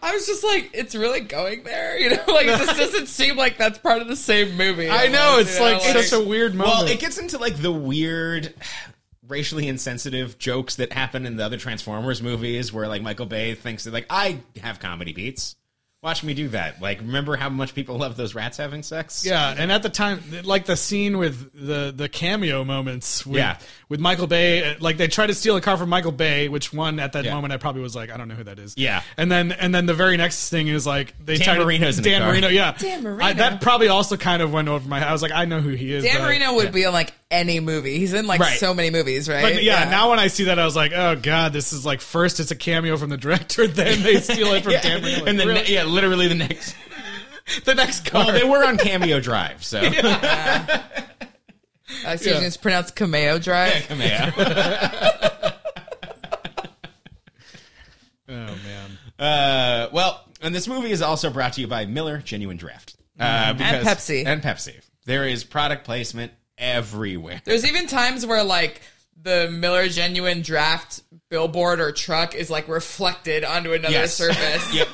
I was just like, it's really going there, (laughs) you know? Like, this doesn't seem like that's part of the same movie. I know it's You know, like such a weird moment. Well, it gets into like the weird (sighs) racially insensitive jokes that happen in the other Transformers movies where like Michael Bay thinks that like I have comedy beats. Watch me do that. Like remember how much people love those rats having sex? Yeah, and at the time, like the scene with the the cameo moments, with, Yeah. with Michael Bay, uh, like they try to steal a car from Michael Bay, which one at that Yeah. moment I probably was like, I don't know who that is. Yeah. and then and then the very next thing is like they Dan try to- Marino's in the Dan car. Marino, yeah, Dan Marino. I, that probably also kind of went over my head. I was like, I know who he is. Dan but- Marino would be in like any movie. He's in like Right. so many movies, right? But yeah, now when I see that, I was like, oh god, this is like first it's a cameo from the director, (laughs) then they steal it from (laughs) Yeah. Dan Marino, like, and then really? yeah, literally the next (laughs) the next car. Well, they were on Cameo Drive, so (laughs) yeah. Uh, excuse me, it's pronounced Cameo Drive. oh man, Uh, well, and this movie is also brought to you by Miller Genuine Draft. Uh, because, Pepsi. And Pepsi. There is product placement everywhere. There's even times where like the Miller Genuine Draft billboard or truck is like reflected onto another (laughs) Yes. surface. (laughs) Yep.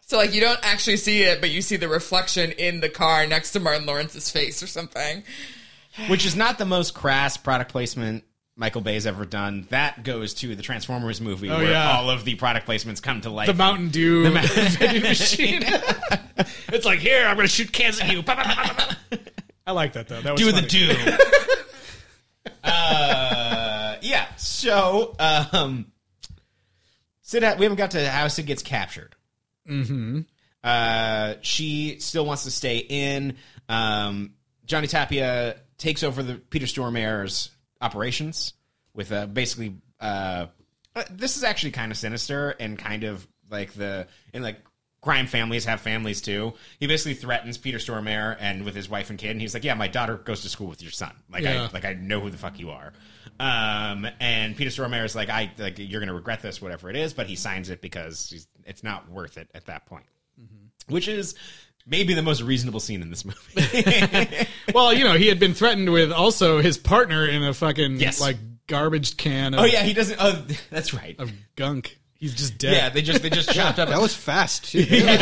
So like you don't actually see it, but you see the reflection in the car next to Martin Lawrence's face or something. which is not the most crass product placement Michael Bay's ever done. That goes to the Transformers movie where Oh, yeah. all of the product placements come to life. the Mountain (laughs) Dew (laughs) vending machine. (laughs) it's like here, I'm gonna shoot cans at you. (laughs) I like that though. That was do the funny. do. (laughs) uh, yeah. So, um, Sid, we haven't got to how Sid gets captured. Mm-hmm. Uh, she still wants to stay in. Um, Johnny Tapia takes over the Peter Stormare's operations with uh, basically. Uh, uh, this is actually kind of sinister and kind of like the and like crime families have families too. He basically threatens Peter Stormare and with his wife and kid, and he's like, "Yeah, my daughter goes to school with your son. Like, Yeah. I like I know who the fuck you are." Um, and Peter Stormare is like, "I like you're gonna regret this, whatever it is," but he signs it because he's, it's not worth it at that point, which is maybe the most reasonable scene in this (laughs) movie. Well, you know, he had been threatened with also his partner in a fucking Yes. like garbage can. Of, oh yeah, he doesn't. Oh, that's right. of gunk. He's just (laughs) Yeah, dead. they just they just chopped up. That was fast. Too. There's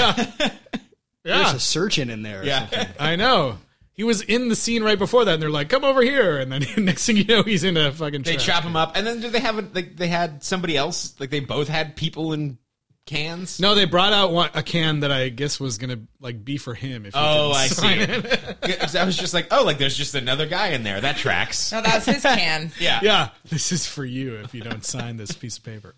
Yeah, a surgeon in there. (laughs) or something. Yeah. I know. He was in the scene right before that, and they're like, "Come over here," and then (laughs) next thing you know, he's in a fucking. They trash. chop him up, and then do they have a, like they had somebody else? Like they both had people in cans. No, they brought out one, a can that I guess was gonna like be for him. If he Oh, didn't I sign see. it. (laughs) Because I was just like, oh, like there's just another guy in there. That tracks. No, (laughs) that's his can. (laughs) Yeah. Yeah, this is for you if you don't sign this piece of paper.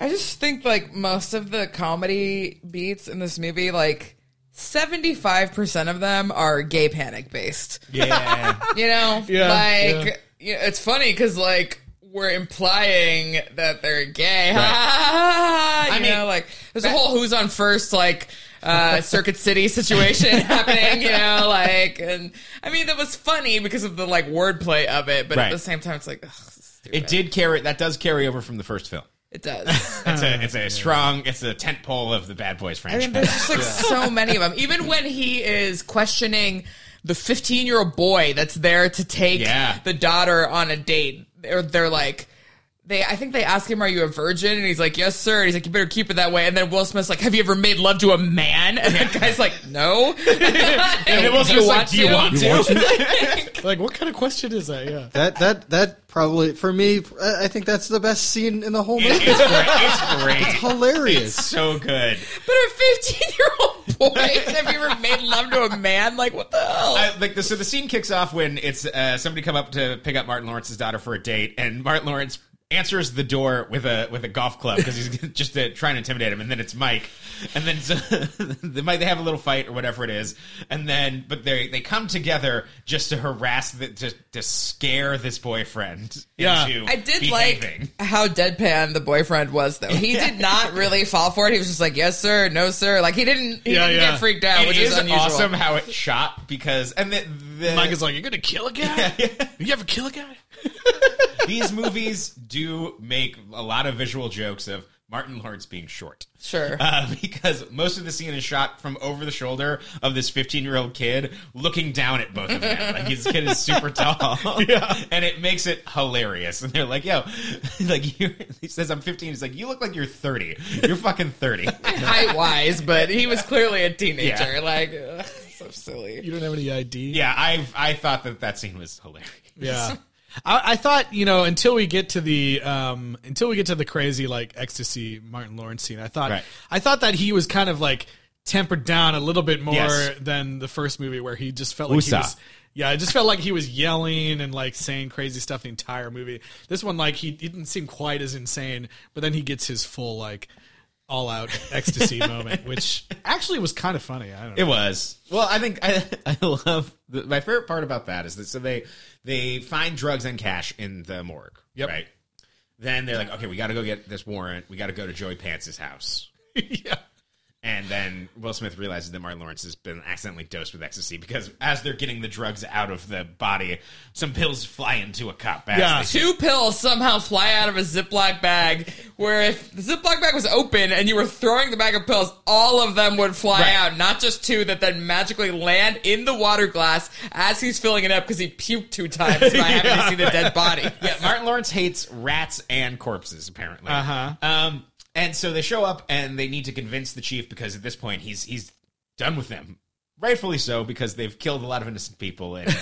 I just think like most of the comedy beats in this movie, like seventy five percent of them are gay panic based. (laughs) Yeah. You know, Yeah, like yeah. You know, it's funny because like we're implying that they're gay. (laughs) you mean- know, like there's a whole who's on first like (laughs) uh, Circuit City situation happening. You know, like and I mean that was funny because of the like wordplay of it, but at Right. the same time it's like ugh, this is stupid. it did carry, that does carry over from the first film. It does. It's a, it's a strong, it's a tent pole of the Bad Boys I mean, franchise. there's just like so many of them. Even when he is questioning the 15 year old boy that's there to take Yeah. the daughter on a date, they're, they're like, they, I think they ask him, "Are you a virgin?" And he's like, "Yes, sir." And he's like, "You better keep it that way." And then Will Smith's like, "Have you ever made love to a man?" And the guy's like, (laughs) "No." and Will Smith's like, "Do you want You want to? Like, what kind of question is that? Yeah. That that that probably for me. I I think that's the best scene in the whole movie. (laughs) it's great. It's great. It's Hilarious. so good. (laughs) But a 15 year old boy, (laughs) have you ever made love to a man? Like, what the hell? I, like the, so the scene kicks off when it's uh, somebody come up to pick up Martin Lawrence's daughter for a date, and Martin Lawrence answers the door with a with a golf club because he's (laughs) just uh, to try and intimidate him, and then it's Mike, and then so, (laughs) they might they have a little fight or whatever it is, and then but they they come together just to harass the, to to scare this boyfriend. Yeah. into I did behaving. like how deadpan the boyfriend was, though. He did not really fall for it. He was just like, "Yes, sir. No, sir." Like he didn't. He Yeah, didn't yeah. get freaked out, It which is is, unusual. awesome how it shot because and the, the Mike is like, "You're gonna kill a guy? (laughs) You ever kill a guy?" these movies do make a lot of visual jokes of Martin Lawrence being short. Sure. (laughs) Uh, because most of the scene is shot from over the shoulder of this 15 year old kid looking down at both of them. like his kid is super tall. Yeah. And it makes it hilarious. And they're like, yo, (laughs) like you he says, I'm 15. He's like, you look like you're 30. You're fucking 30. height wise, but he was clearly a teenager. Yeah. Like, ugh, so silly. You don't have any ID. yeah, I I thought that that scene was hilarious. Yeah. (laughs) I, I thought, you know, until we get to the um, until we get to the crazy like ecstasy Martin Lawrence scene, I thought Right. I thought that he was kind of like tempered down a little bit more Yes. than the first movie where he just felt like he Usa. was yeah, it just felt like he was yelling and like saying crazy stuff the entire movie. This one, like he, he didn't seem quite as insane, but then he gets his full like all out (laughs) ecstasy moment, which actually was kind of funny. I don't know. It was. Well, I think I, (laughs) I love the, my favorite part about that is that so they they find drugs and cash in the morgue. Yep. Right. Then they're like, okay, we got to go get this warrant. We got to go to Joey Pants' house. (laughs) yeah. And then Will Smith realizes that Martin Lawrence has been accidentally dosed with ecstasy because as they're getting the drugs out of the body, some pills fly into a cup. as Yeah. they- Two pills somehow fly out of a Ziploc bag, where if the Ziploc bag was open and you were throwing the bag of pills, all of them would fly Right. out, not just two that then magically land in the water glass as he's filling it up because he puked two times (laughs) by having to see the dead body. yeah, Martin Lawrence hates rats and corpses, apparently. Uh huh. Um, and so they show up and they need to convince the chief because at this point he's he's done with them, rightfully so because they've killed a lot of innocent people and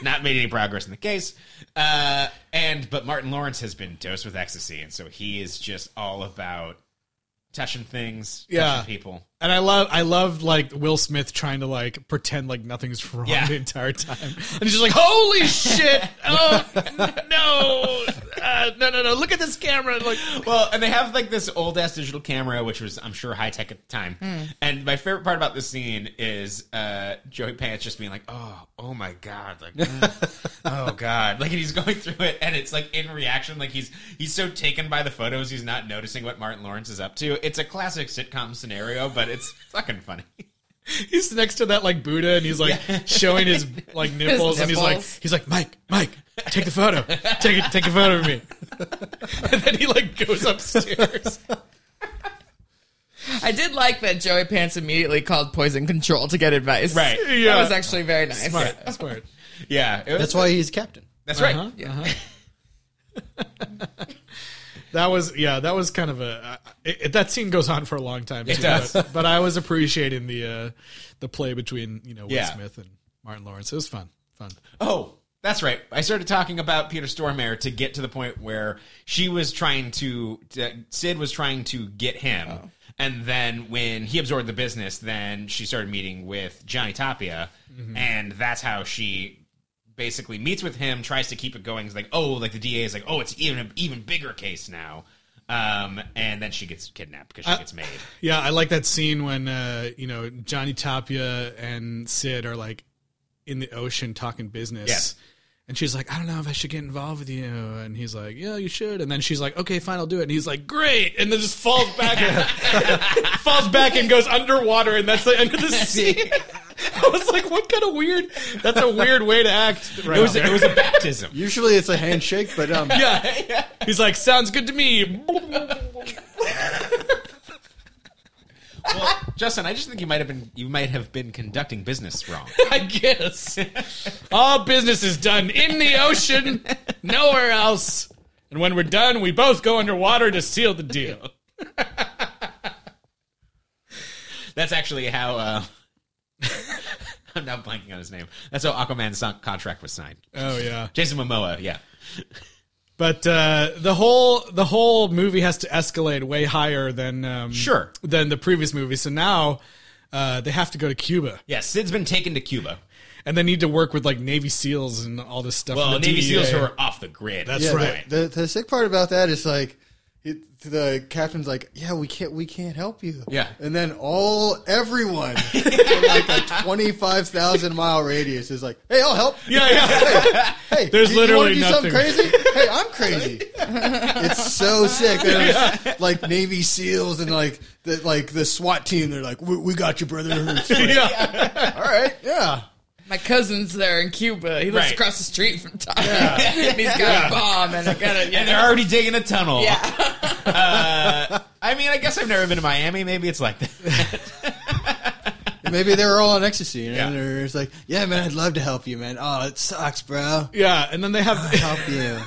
not made any progress in the case. Uh, and but Martin Lawrence has been dosed with ecstasy, and so he is just all about touching things, Yeah. touching people. And I love, I love like Will Smith trying to like pretend like nothing's wrong Yeah. the entire time, and he's just like, "Holy shit! Oh no, uh, no, no, no! Look at this camera!" Like, well, and they have like this old ass digital camera, which was I'm sure high tech at the time. And my favorite part about this scene is uh, Joey Pants just being like, "Oh, oh my god, like, mm, oh god," like and he's going through it, and it's like in reaction, like he's he's so taken by the photos, he's not noticing what Martin Lawrence is up to. It's a classic sitcom scenario, but it's fucking funny. (laughs) he's next to that like Buddha, and he's like showing his like nipples, and he's like, nipples. he's like, "Mike, Mike, take the photo, take it, take a photo of me," (laughs) and then he like goes (laughs) upstairs. I did like that Joey Pants immediately called poison control to get advice. Right. Yeah. That was actually very nice. Smart, that's smart. Yeah, it was- That's why he's captain. That's Uh-huh, right. uh-huh. (laughs) that was yeah. That was kind of a uh, it, that scene goes on for a long time. It does. But, but I was appreciating the uh, the play between you know Will Yeah. Smith and Martin Lawrence. It was fun, fun. Oh, that's right. I started talking about Peter Stormare to get to the point where she was trying to, uh, Sid was trying to get him. And then when he absorbed the business, then she started meeting with Johnny Tapia. And that's how she basically meets with him, tries to keep it going. It's like, oh, like the DA is like, oh, it's even an even bigger case now. Um, and then she gets kidnapped because she gets made. Yeah, I like that scene when uh, you know Johnny Tapia and Sid are like in the ocean talking business. Yes. And she's like, I don't know if I should get involved with you. And he's like, Yeah, you should. And then she's like, Okay, fine, I'll do it. And he's like, Great. And then just falls back, (laughs) falls back and goes underwater. And that's the end of the scene. I was like, What kind of weird? That's a weird way to act. Right It was, there. it was a baptism. Usually it's a handshake, but um, (laughs) yeah. He's like, Sounds good to me. well, (laughs) Justin, I just think you might have been, you might have been conducting business wrong. (laughs) I guess. All business is done in the ocean, nowhere else. And when we're done, we both go underwater to seal the deal. That's actually how. Uh, (laughs) I'm now blanking on his name. That's how Aquaman's son- contract was signed. Oh yeah. Jason Momoa, yeah. But uh, the whole the whole movie has to escalate way higher than um, Sure. than the previous movie. So now uh, they have to go to Cuba Yeah, Sid's been taken to Cuba. and they need to work with like Navy SEALs and all this stuff. Well, from the Oh, E Navy DEA. SEALs who are off the grid. That's Yeah, the- right. The, the sick part about that is like it, the captain's like, "Yeah, we can't we can't help you." Yeah. and then all everyone (laughs) from like a twenty five thousand mile radius is like, "Hey, I'll help." Yeah, yeah. (laughs) Hey, (laughs) There's you- you wanna literally do something nothing. crazy. Hey, I'm crazy. (laughs) it's so (laughs) sick. There's like Navy SEALs and like the like the SWAT team. They're like, "We, we got you, brother." It's (laughs) like, yeah. (laughs) All right, yeah. My cousin's there in Cuba. He lives Right. across the street from Tom. (laughs) and he's got a bomb and I got a, and they're already digging a tunnel. yeah. I mean, I guess I've never been to Miami. Maybe it's like that. Maybe they were all on ecstasy, you know, Yeah. and they're just like, "Yeah, man, I'd love to help you, man. Oh, it sucks, bro. (laughs) Yeah, and then they have. (laughs) Help you."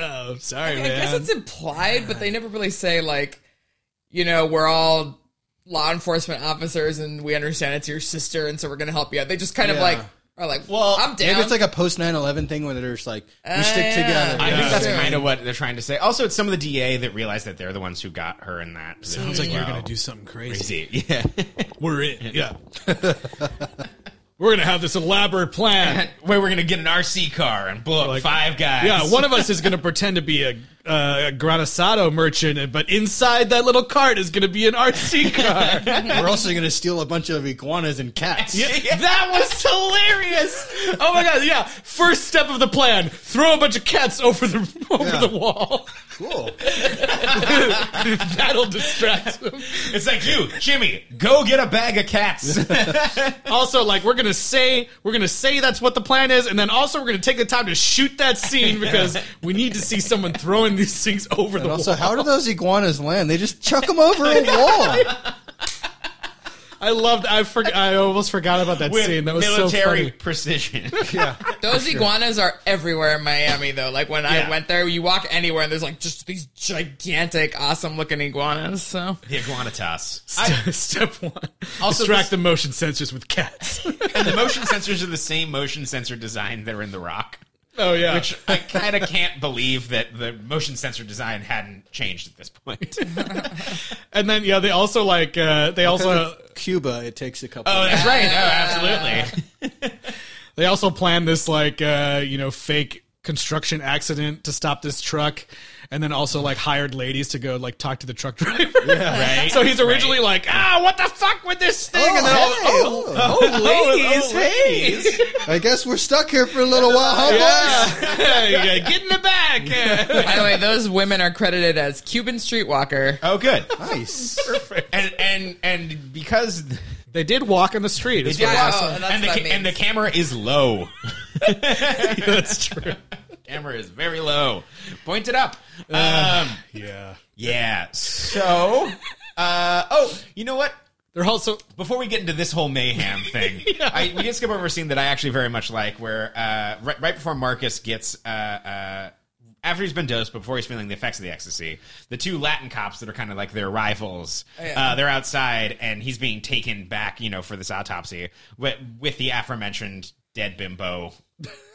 oh, I'm sorry, (laughs) I guess man. it's implied, but they never really say like, you know, we're all law enforcement officers and we understand it's your sister and so we're gonna help you out. They just kind of Yeah. like are like, well, I'm down. Maybe it's like a post 9-11 thing where they're just like, we Uh, stick yeah. together. I think Yeah. that's Sure. kind of what they're trying to say. Also, it's some of the DA that realize that they're the ones who got her in that. Position Sounds like as you're well. gonna do something (laughs) crazy. Crazy. Yeah. We're in. Yeah. (laughs) We're gonna have this elaborate (laughs) plan. Where we're gonna get an RC car and blow up Like- five guys. Yeah, (laughs) one of us is gonna pretend to be a, uh, a granasado merchant, but inside that little cart is gonna be an RC (laughs) car. We're also going to steal a bunch of iguanas and cats. Yeah, that was hilarious. Oh my god, yeah. First step of the plan: throw a bunch of cats over the (laughs) over Yeah. the wall. Cool. (laughs) That'll distract them. It's like you, Jimmy. Go get a bag (laughs) of cats. Also, like we're gonna say we're gonna say that's what the plan is, and then also we're gonna take the time to shoot that (laughs) scene because we need to see someone throwing these things over the And also, wall. how do those iguanas land? They just chuck them over a wall. I loved. I forgot. I almost forgot about that with scene. That was so military funny. (laughs) precision. Those iguanas are everywhere in Miami, though. Like when Yeah. I went there, you walk anywhere and there's like just these gigantic, awesome looking iguanas. (laughs) So (laughs) the iguanatas. Step, step one: Also, distract this- the motion sensors with (laughs) cats. and the motion sensors are the same motion sensor design that are in The Rock. oh yeah. Which I kind of can't believe that the motion sensor design hadn't changed at this (laughs) point. and then yeah, they also like uh, they also Cuba, it takes a couple. Oh, of that's right. No, absolutely. They also planned this like uh, you know fake construction accident to stop this truck, and then also like hired ladies to go like talk to the truck (laughs) driver. (laughs) Right. So he's originally Right. like, ah, what the fuck with this thing? Oh, and then all, hey, oh, oh. oh, ladies, (laughs) Oh, hey, I guess we're stuck here for a little while, huh, boys? yeah. yeah, get in the back. (laughs) (laughs) Yeah. by the way, those women are credited as Cuban streetwalker. Oh, good. Nice. And and and because they did walk in the street. is what I walk- saw. Oh, and that's and the what ca- that means. and the camera (laughs) is low. That's true. camera is very low. Point it up. um, Yeah, yeah. So, uh, oh, you know what? they're also Before we get into this whole mayhem thing, I, we did skip over a scene that I actually very much like, where uh, right, right before Marcus gets, uh, uh, after he's been dosed, but before he's feeling the effects of the ecstasy, the two Latin cops that are kind of like their rivals, Yeah. uh, they're outside and he's being taken back, you know, for this autopsy with, with the aforementioned dead bimbo,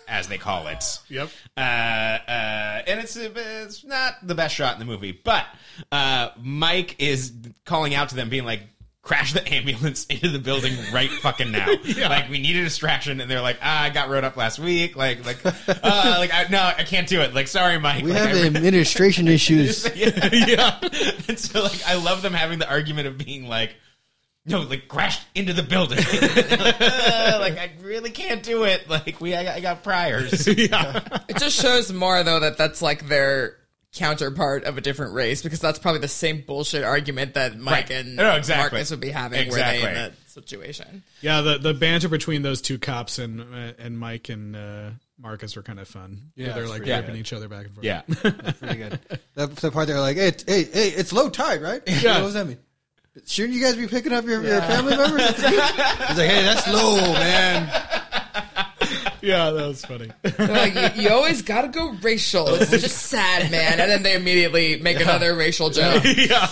as they call it. Yep. Uh, uh, and it's it's not the best shot in the movie, but uh, Mike is calling out to them, being like, "Crash the ambulance (laughs) into the building right fucking now! Like we need a distraction." And they're like, ah, "I got rode up last week. Like like uh, like I, no, I can't do it. Like sorry, Mike. We like, have I re- administration issues. (laughs) yeah. yeah. and so like I love them having the argument of being like no, like crashed into the building. (laughs) like, "Uh, like, I really can't do it. Like we, I, got- I got priors. It just shows more though that that's like their counterpart of a different race because that's probably the same bullshit argument that Mike Right. and No, exactly. Marcus would be having were they Exactly. in that situation. yeah. The the banter between those two cops and uh, and Mike and uh, Marcus were kind of fun. Yeah, they're it's like pretty ripping each other back and forth. (laughs) Yeah. Pretty good. The, the part they're like, hey, it's, hey, hey, it's low tide, right? What does that mean? Shouldn't you guys be picking up your, your family members? (laughs) at the beach?" Oh, He's like, hey, that's low, man. yeah, that was funny. (laughs) They're like, you, you always gotta go racial. (laughs) It's just sad, man. And then they immediately make another racial (laughs) joke.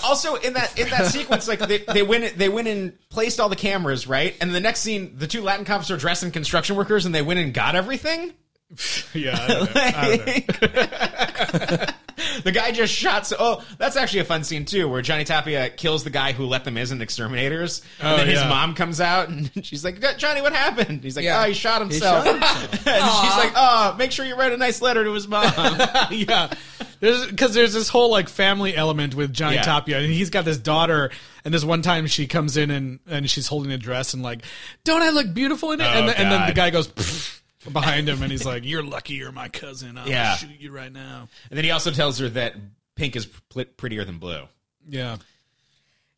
Also, in that in that sequence, like they, they went they went and placed all the cameras right, and the next scene, the two Latin cops are dressed in construction workers, and they went and got everything. yeah, I don't know. I don't know. (laughs) the guy just shot. So, oh, that's actually a fun scene too, where Johnny Tapia kills the guy who let them as an exterminators, Oh, and then his yeah. mom comes out and (laughs) she's like, "Johnny, what happened?" He's like, Yeah. "Oh, he shot himself." (laughs) and she's like, "Oh, make sure you write a nice letter to his mom." (laughs) yeah. There's because there's this whole like family element with Johnny Yeah. Tapia, and he's got this daughter. And this one time she comes in and and she's holding a dress and like, don't I look beautiful in it? and, Oh, the, and then the God. guy goes (laughs) "Pfft," behind him, and he's like, "You're lucky, you're my cousin. I'll Yeah. shoot you right now." and then he also tells her that pink is pl- prettier than blue. Yeah,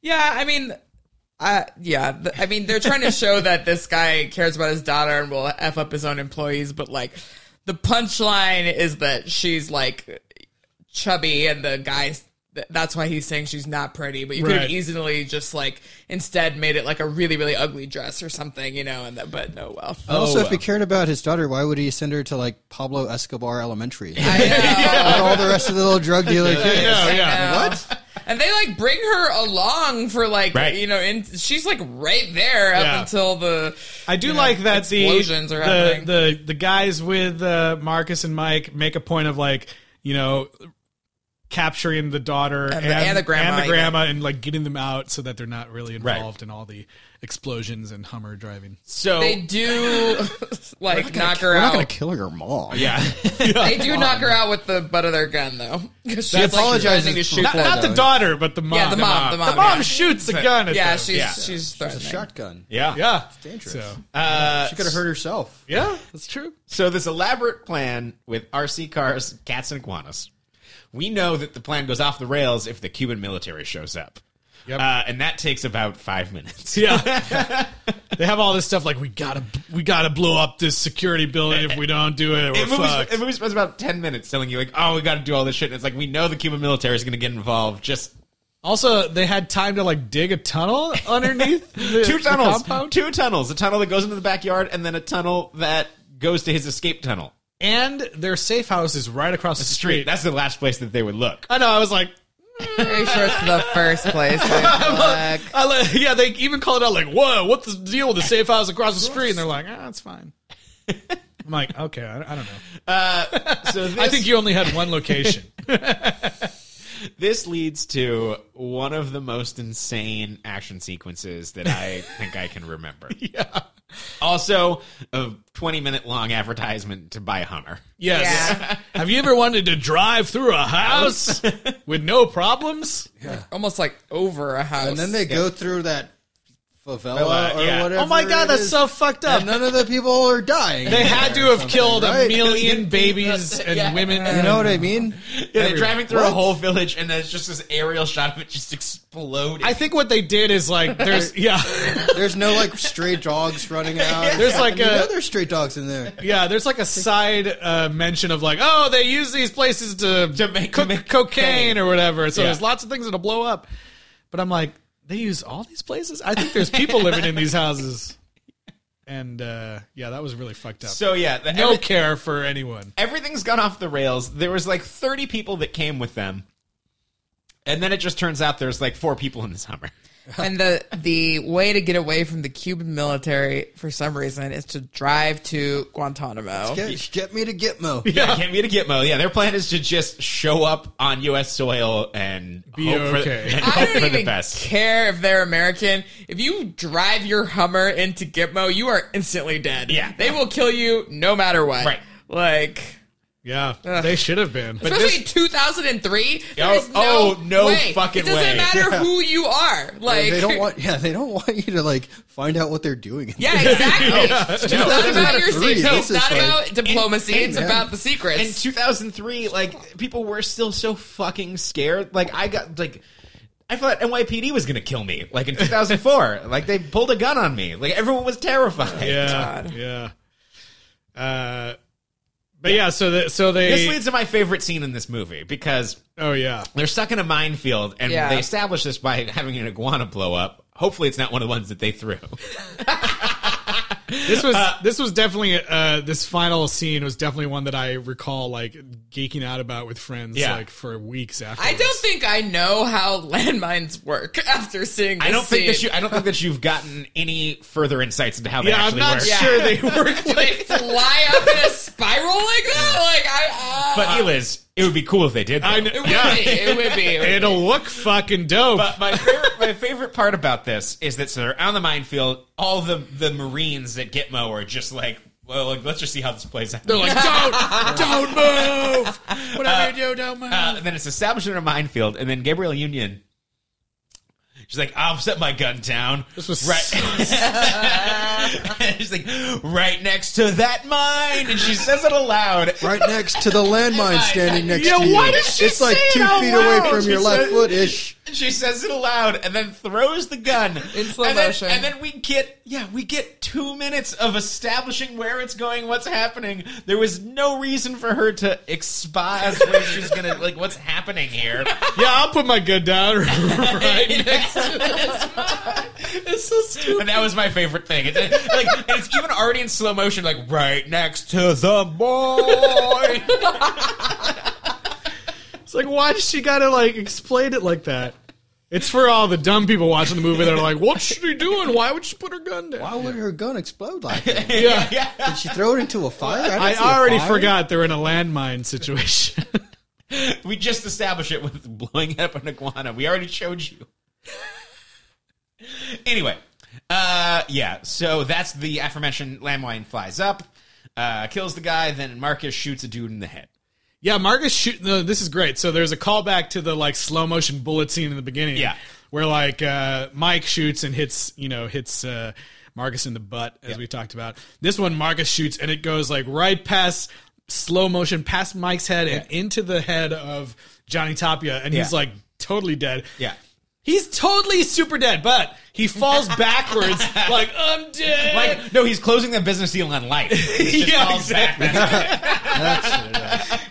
Yeah, I mean, I yeah, th- I mean, they're trying to show that this guy cares about his daughter and will f up his own employees, but like, the punchline is that she's like chubby, and the guy's. th- That's why he's saying she's not pretty, but you could Right. have easily just like instead made it like a really really ugly dress or something, you know. And that, but no, well, also, if well. he cared about his daughter, why would he send her to like Pablo Escobar Elementary? I know. Like all the rest of the little (laughs) drug dealer kids. yeah. What? And they like bring her along for like Right. you know, and she's like right there up Yeah. until the I do you know, like that the explosions the, are happening. the the guys with uh, Marcus and Mike make a point of like you know capturing the daughter And the- and the grandma, and the yeah. grandma and like getting them out so that they're not really Right. involved in all the explosions and Hummer driving. So they (laughs) do like knock her We're not out. gonna kill your mom. yeah, They do knock her out with the butt of their gun though. (laughs) She apologizes to for shoot Not, Yeah, not the though. daughter, but the mom. Yeah, the mom, the mom, yeah. shoots a gun at Yeah, them. she's Yeah. she's threatening. Shotgun. yeah, yeah, it's dangerous. So, uh, She could have hurt herself. yeah, that's true. So this elaborate plan with RC cars, cats, and iguanas. We know that the plan goes off the rails if the Cuban military shows up. Yep. Uh, and that takes about five (laughs) minutes. (laughs) Yeah, they have all this stuff like we gotta we gotta blow up this security building if we don't do it. We're The movie, fucked. the movie spends about 10 minutes telling you, like, oh, we got to do all this shit. And it's like, we know the Cuban military is going to get involved. (laughs) Just Also, they had time to like dig a (laughs) tunnel underneath the, two the tunnels. compound. Two tunnels. A tunnel that goes into the backyard and then a tunnel that goes to his escape tunnel. and their safe house is right across the Street. street. That's the last place that they would look. I know. I was like, Pretty sure it's (laughs) the first place. I look. I like, (laughs) yeah. They even called it out like, "Whoa, what's the deal with the safe house across the street?" And they're like, "Ah, it's (laughs) fine." I'm like, okay, I, I don't know. (laughs) So this, I think you only had one (laughs) location. this leads to one of the most insane action sequences that (laughs) I think I can remember. yeah. Also, a 20 minute long advertisement to buy a Hummer. Yes. Yeah. Have you ever wanted to drive through a (laughs) house with no problems? Almost like over a house. And (laughs) then they go through that favela Favela, or yeah. whatever. Oh my it god, that's is, so fucked up. And none of the people are dying. They had to have killed a (laughs) right? million babies and women. You know what (laughs) I mean? Yeah, they're driving through a What? whole village, and there's just this aerial shot of it just exploding. I think what they did is like (laughs) there's yeah There's no like stray dogs running out. There's like uh, you know a- there's stray dogs (laughs) in there. yeah there's like a side uh, mention of like oh they use these places to, To make- cook to cocaine make cocaine. or whatever so Yeah. there's lots of things that'll blow up but I'm like they use all these places I think there's people living in (laughs) these houses and uh, yeah that was really fucked up so. Yeah, the, no every- care for anyone everything's gone off the rails. There was like 30 people that came with them, and then it just turns out there's like four people in this Hummer. and the the way to get away from the Cuban military for some reason is to drive to Guantanamo. Get, get me (laughs) to Gitmo. (laughs) Yeah, get me to Gitmo. Yeah, their plan is to just show up on U.S. soil and Be hope for- okay. (laughs) and I hope don't for even the best. care if they're American. If you drive your Hummer into Gitmo, you are instantly dead. Yeah. They will kill you no matter what. Right. Like, yeah they should have been but especially in 2003, there Oh, is no, oh, no way. fucking It doesn't way. matter who you are. Like, (laughs) They don't want. Yeah, they don't want you to like find out what they're doing. (laughs) Yeah, exactly. It's not about your Three, secrets. It's this not is like- about diplomacy. and- it's yeah. about the secrets. in 2003 like people were still so fucking scared like i got like i thought nypd was gonna kill me (laughs) like in 2004 like they pulled a gun on me like everyone was terrified yeah yeah uh, but yeah, so the, so they this leads to my favorite scene in this movie because oh yeah they're stuck in a minefield and Yeah. they establish this by (laughs) having an iguana blow up hopefully it's not one of the ones that (laughs) they threw this was this was definitely uh, this final scene was definitely one that I recall like geeking out about with friends Yeah. like for weeks after. I don't think I know how (laughs) landmines work after seeing this i don't think scene. that you i don't think that you've gotten any further insights into how they Yeah, I'm actually not work sure (laughs) they work. Do they fly up in a spiral like that? Like I, uh, But Eliz, It would be cool if they did. I though. know, It would (laughs) yeah. be. It would be. It would It'll look fucking dope. But my favorite, my favorite part about this is that so they're on the minefield. All the the Marines at Gitmo are just like, well, like, let's just see how this plays out. They're like, (laughs) don't, don't move. Whatever you do, don't move. Uh, and then it's established in a minefield, and then Gabriel Union. She's like, I'll set my gun down. This was (laughs) right. (laughs) she's like, right next to that mine, and she says it aloud. Right next (laughs) to the landmine standing next Yeah, to you. why does she it's like say it two out feet loud? away from your She left said- foot ish. And she says it aloud and then throws the gun (laughs) In slow and then, motion. And then we get yeah, we get two minutes of establishing where it's going, what's happening. There was no reason for her to expose where she's gonna like what's (laughs) happening here. (laughs) yeah, I'll put my good down. (laughs) right next. It's so stupid. And that was my favorite thing. It's, like and it's even already in slow motion, like right next to the (laughs) boy. It's like, why does she gotta like explain it like that? It's for all the dumb people watching the movie. They're like, what's she doing? Why would she put her gun down? Why would her gun explode like (laughs) that? Yeah. Did she throw it into a fire? didn't I see a already fire. forgot they're in a landmine situation. (laughs) we just established it with blowing up an iguana. We already showed you. anyway, uh, yeah. So that's the aforementioned landmine flies up, uh, kills the guy. Then Marcus shoots a dude in the head. Yeah, Marcus shoot. No, this is great. So there's a callback to the like slow motion bullet scene in the beginning. Yeah. where like uh, Mike shoots and hits, you know, hits uh, Marcus in the butt as we talked about. This one, Marcus shoots and it goes like right past slow motion, past Mike's head and into the head of Johnny Tapia, and he's Yeah. like totally dead. Yeah. He's totally super dead, but he (laughs) falls backwards like I'm dead. Like no, he's closing the business deal on life. (laughs) He just Yeah, falls back.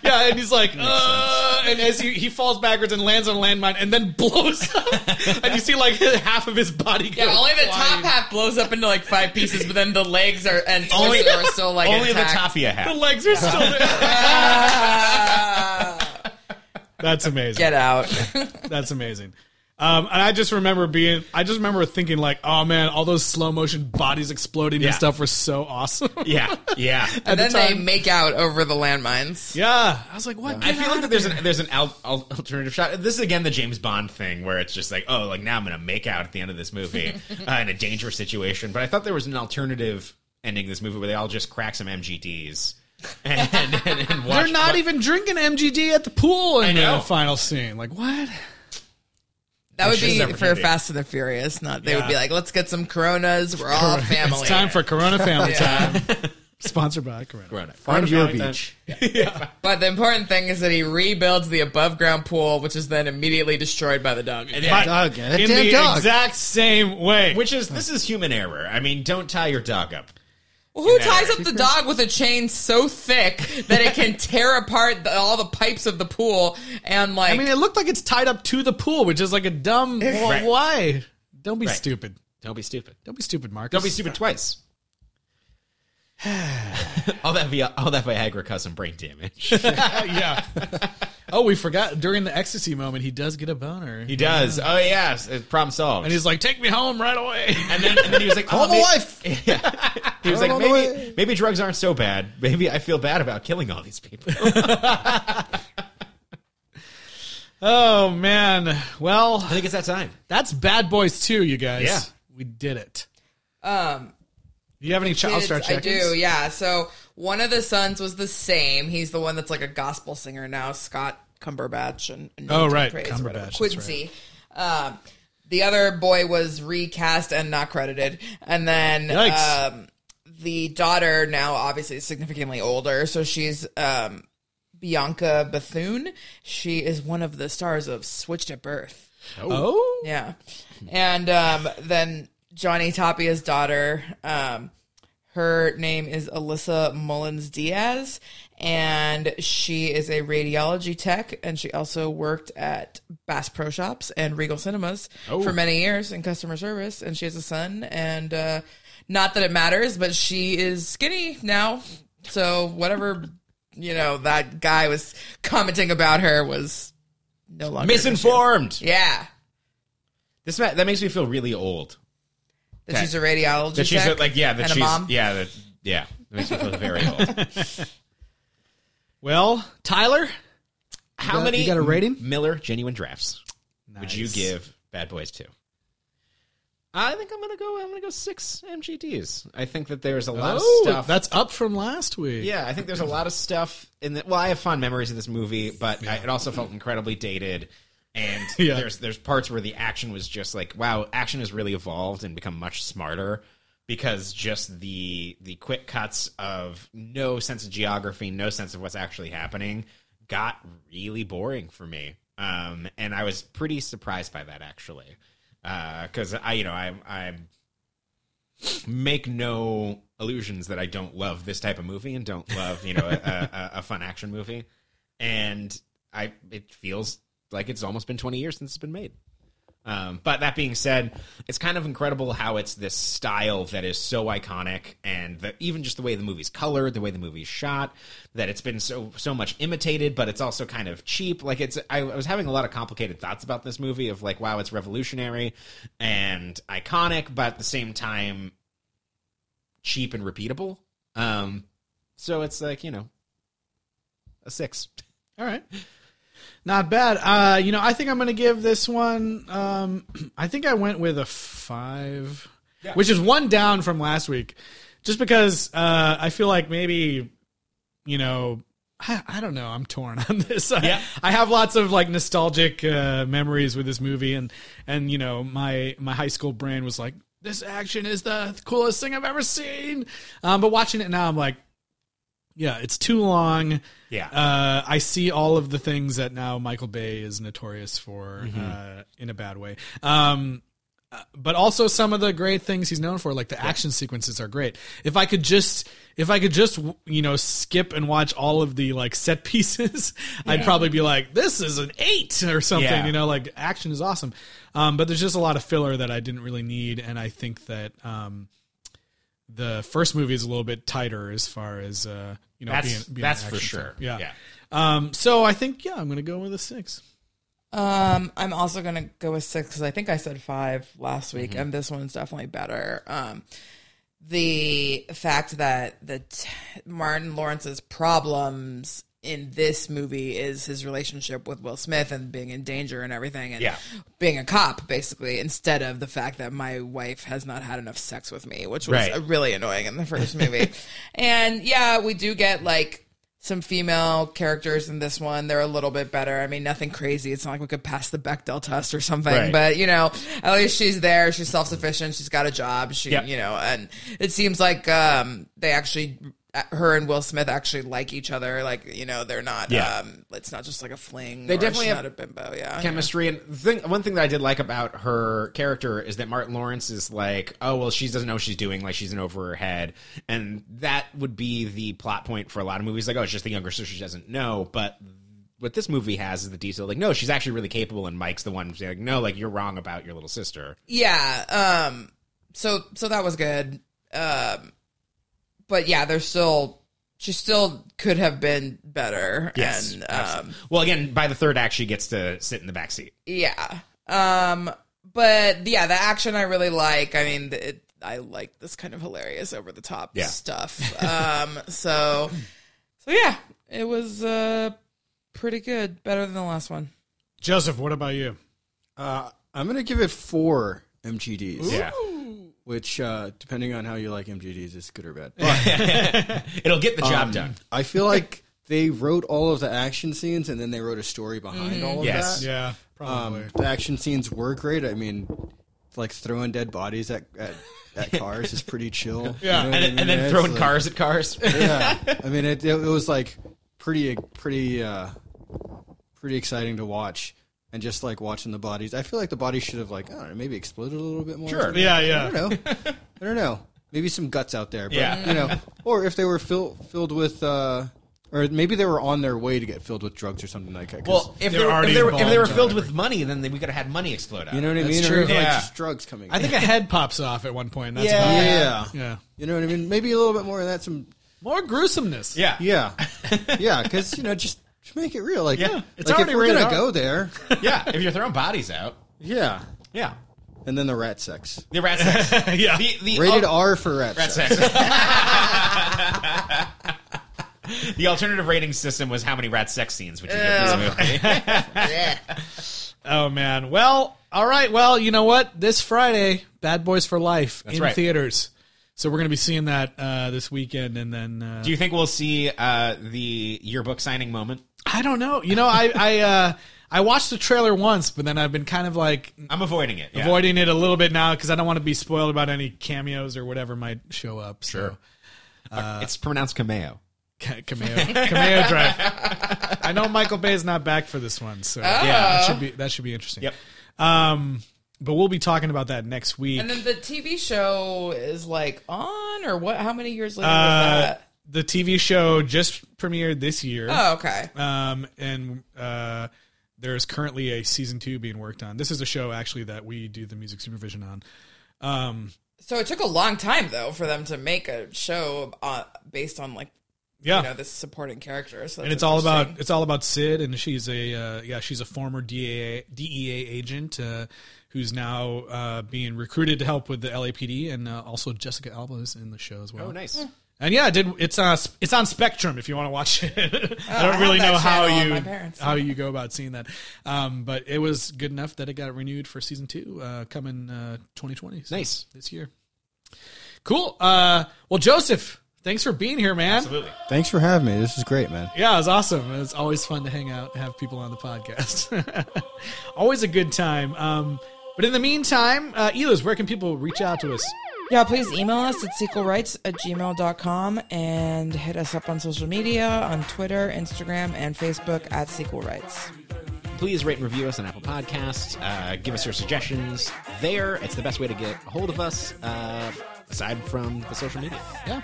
Yeah, and he's like, uh, and as he, he falls backwards and lands on a landmine and then (laughs) blows up. and you see like (laughs) half of his body go. Yeah, (laughs) only the flying. top half blows up into like five pieces, but then the legs are and Only- torso are still like Only the intact. Tapia The (laughs) hat. legs are still there. (laughs) Ah, (laughs) That's amazing. get out. That's amazing. Um, and I just remember being, I just remember thinking like, oh man, all those slow motion bodies exploding Yeah. and stuff were so (laughs) awesome. Yeah, yeah. At the then they time. make out over the landmines. yeah. I was like, what? I feel like that there's an there's an al- al- alternative shot. This is again the James Bond thing where it's just like, oh, like now I'm gonna make out at the end of this (laughs) movie uh, in a dangerous situation. But I thought there was an alternative ending to this movie where they all just crack some MGDs and, and, (laughs) and, and watch. They're not even drinking MGD at the pool in I know. the final scene. Like, what? That would Missed be for opportunity. Fast and the Furious. Not they Yeah. would be like, let's get some Coronas. We're all family. It's time for Corona Family Yeah. Time. Sponsored by Corona. Corona. Find your Corona fountain. beach. But the important thing is that he rebuilds the above ground pool, which is then immediately destroyed by the dog. Yeah. Dog, yeah, that in damn the dog. exact same way. Which is this is human error. I mean, don't tie your dog up. Well, who ties up the dog with a chain so thick that it can tear apart the, all the pipes of the pool and like? I mean, it looked like it's tied up to the pool, which is like a dumb. well, Right. Why? Don't be Right. stupid. Don't be stupid. Don't be stupid, Marcus. Don't be stupid (laughs) twice. (sighs) all that via all that Viagra caused some brain damage. yeah. oh, we forgot during the ecstasy moment, he does get a boner, He does. Oh yes, It's problem solved. and he's like, "Take me home right away." (laughs) And then, and then he was like, "Oh, All my maybe-" life. (laughs) He was All like, the maybe, way. maybe drugs aren't so bad. Maybe I feel bad about killing all these people." oh man. Well, (laughs) I think it's that (laughs) time. that's Bad Boys too, you guys. Yeah. we did it. um, Do you have any child kids, star I check? do, yeah. So one of the sons was the same. He's the one that's like a gospel singer now, Scott Cumberbatch and and Oh, Anointed right, Praise or whatever. Cumberbatch, that's Quincy. Um, the other boy was recast and not credited, and then Yikes. um, the daughter now obviously is significantly older, so she's um, Bianca Bethune. She is one of the stars of Switched at Birth. Oh, Yeah. And um, then Johnny Tapia's daughter, um, her name is Alyssa Mullins Diaz, and she is a radiology tech, and she also worked at Bass Pro Shops and Regal Cinemas for many years in customer service. And she has a son, and uh, not that it matters, but she is skinny now, so whatever. You know that guy was commenting about her was no longer an issue. Misinformed. Yeah, This ma- that makes me feel really old. That she's a radiologist. That she's like, yeah, that and she's a mom. yeah, that (laughs) yeah, that makes me feel very old. well, Tyler. How got- many you gotta rate him? Miller genuine drafts would you give Bad Boys to? I think I'm gonna go. I'm gonna go six MGDs. I think that there's a lot Oh, of stuff. that's up from last week. yeah, I think there's a lot of stuff in the. Well, I have fond memories of this movie, but I, it also felt incredibly dated. And Yeah. there's there's parts where the action was just like, wow, action has really evolved and become much smarter because just the the quick cuts of no sense of geography, no sense of what's actually happening, got really boring for me. Um, and I was pretty surprised by that actually, because I you know I I make no illusions that I don't love this type of movie and don't love you know a, a, a fun action movie, and I it feels like it's almost been twenty years since it's been made. Um, but that being said, it's kind of incredible how it's this style that is so iconic, and the, even just the way the movie's colored, the way the movie's shot, that it's been so so much imitated, but it's also kind of cheap. Like it's, I, I was having a lot of complicated thoughts about this movie of like, wow, it's revolutionary and iconic, but at the same time, cheap and repeatable. Um, so it's like you know, a six. (laughs) All right. Not bad. Uh, you know, I think I'm going to give this one. Um, (clears throat) I think I went with a five, which is one down from last week, just because uh, I feel like maybe, you know, I, I don't know. I'm torn (laughs) on this. I, Yeah. I have lots of like nostalgic uh, memories with this movie, and and you know, my my high school brain was like, this action is the coolest thing I've ever seen. Um, but watching it now, I'm like, yeah, it's too long. Yeah. Uh, I see all of the things that now Michael Bay is notorious for Mm-hmm. uh, in a bad way. Um, uh, but also some of the great things he's known for, like the action sequences are great. If I could just, if I could just, you know, skip and watch all of the like set (laughs) pieces, I'd probably be like, this is an eight (laughs) or something, Yeah. you know, like action is awesome. Um, but there's just a lot of filler that I didn't really need. And I think that, um, the first movie is a little bit tighter as far as, uh, you know, That's being, being that's an for action sure. film. yeah. Um, so I think yeah, I'm gonna go with a six. Um, I'm also gonna go with six because I think I said five last Mm-hmm. week, and this one's definitely better. Um, the fact that the t- Martin Lawrence's problems in this movie is his relationship with Will Smith and being in danger and everything, and Yeah. being a cop basically, instead of the fact that my wife has not had enough sex with me, which was Right. a really annoying in the first (laughs) movie. and yeah, we do get like some female characters in this one. They're a little bit better. I mean, nothing crazy. It's not like we could pass the Bechdel test or something, Right. but you know, at least she's there. She's self sufficient. She's got a job. She, Yep. you know, and it seems like um, they actually. uh, Her and Will Smith actually like each other. Like you know, they're not. Yeah. Um, it's not just like a fling. They or definitely she's have not a bimbo. Yeah. chemistry and the thing one thing that I did like about her character is that Martin Lawrence is like, oh well, she doesn't know what she's doing, like she's in over her head, and that would be the plot point for a lot of movies. Like, oh, it's just the younger sister she doesn't know, but what this movie has is the detail. Like, no, she's actually really capable, and Mike's the one who's like, no, like you're wrong about your little sister. yeah um so so that was good um but yeah there's still she still could have been better Yes, and um absolutely. Well, again, by the third act, she gets to sit in the back seat. yeah um but yeah the action i really like i mean it, i like this kind of hilarious over the top Yeah. stuff um (laughs) so so yeah it was uh pretty good better than the last one Joseph, what about you? I'm gonna give it four MGDs. Yeah, Which, uh, depending on how you like MGDs, is good or bad. it'll get the Um, job done. I feel like they wrote all of the action scenes and then they wrote a story behind Mm. all of Yes. that. Yeah, Oh, Um, the action scenes were great. I mean, like throwing dead bodies at at, (laughs) at cars is pretty chill. Yeah, You know what And, I then- and mean? then It's throwing like- cars at cars. Yeah, (laughs) I mean, it, it was like pretty pretty uh, pretty exciting to watch. And just like watching the bodies, I feel like the bodies should have like I don't know, maybe exploded a little bit more. Sure. yeah, I yeah. don't (laughs) know. I don't know. Maybe some guts out there, but Yeah. you know, or if they were fill, filled with, uh, or maybe they were on their way to get filled with drugs or something like that. 'cause- Well, if They're they, were, already if, they were, if they were involved. filled with money, then they, we could have had money explode out. you know what I That's mean? true. Or even, like Yeah. just drugs coming. I in. think a head pops off at one point. That's Yeah. about it. yeah, yeah. You know what I mean? Maybe a little bit more of that. Some More gruesomeness. Yeah. (laughs) (laughs) (laughs) yeah, yeah, because you know just. just Make it real, like Yeah. like, It's already if we're rated gonna R. (laughs) go there. yeah, if you're throwing bodies out. Yeah, Yeah. and then the rat sex. The rat (laughs) sex. Yeah. The, the Rated oh, R for rat, rat sex. sex. (laughs) the alternative rating system was how many rat sex scenes would you give this movie? (laughs) Oh man. Well, all right. Well, you know what? This Friday, Bad Boys for Life in right. theaters. So we're going to be seeing that uh, this weekend, and then uh, Do you think we'll see uh, the yearbook signing moment? I don't know. You know, I I uh, I watched the trailer once, but then I've been kind of like I'm avoiding it. yeah. avoiding it a little bit now because I don't want to be spoiled about any cameos or whatever might show up. So. Sure. it's pronounced cameo. Ca- Cameo, cameo drive. I know Michael Bay is not back for this one, so Oh. that should be that should be interesting. Yep. Um, but we'll be talking about that next week. And then the TV show is like on or what? How many years later was Uh, that? the TV show just premiered this year. Oh, okay. Um, and uh, there is currently a season two being worked on. This is a show actually that we do the music supervision on. Um, So it took a long time though for them to make a show uh, based on like yeah. you know this supporting character. So and it's all about it's all about Sid, and she's a uh, yeah she's a former DEA DEA agent uh, who's now uh, being recruited to help with the LAPD, and uh, also Jessica Alba is in the show as well. Oh, nice. And yeah, it did it's on it's on Spectrum if you want to watch it. (laughs) I don't Oh, have really that know how channel on my you parents. how you go about seeing that, um, but it was good enough that it got renewed for season two uh, coming uh, 2020. so Nice. this year. Cool. Uh, well, Joseph, thanks for being here, man. Absolutely. Thanks for having me. This is great, man. Yeah, it was awesome. It's always fun to hang out and have people on the podcast. (laughs) always a good time. Um, but in the meantime, uh, Elis, where can people reach out to us? Yeah, please email us at sequelrights at gmail.com and hit us up on social media on Twitter, Instagram, and Facebook at Sequel Rights. Please rate and review us on Apple Podcasts. Uh, give us your suggestions there. It's the best way to get a hold of us, uh, aside from the social media. Yeah.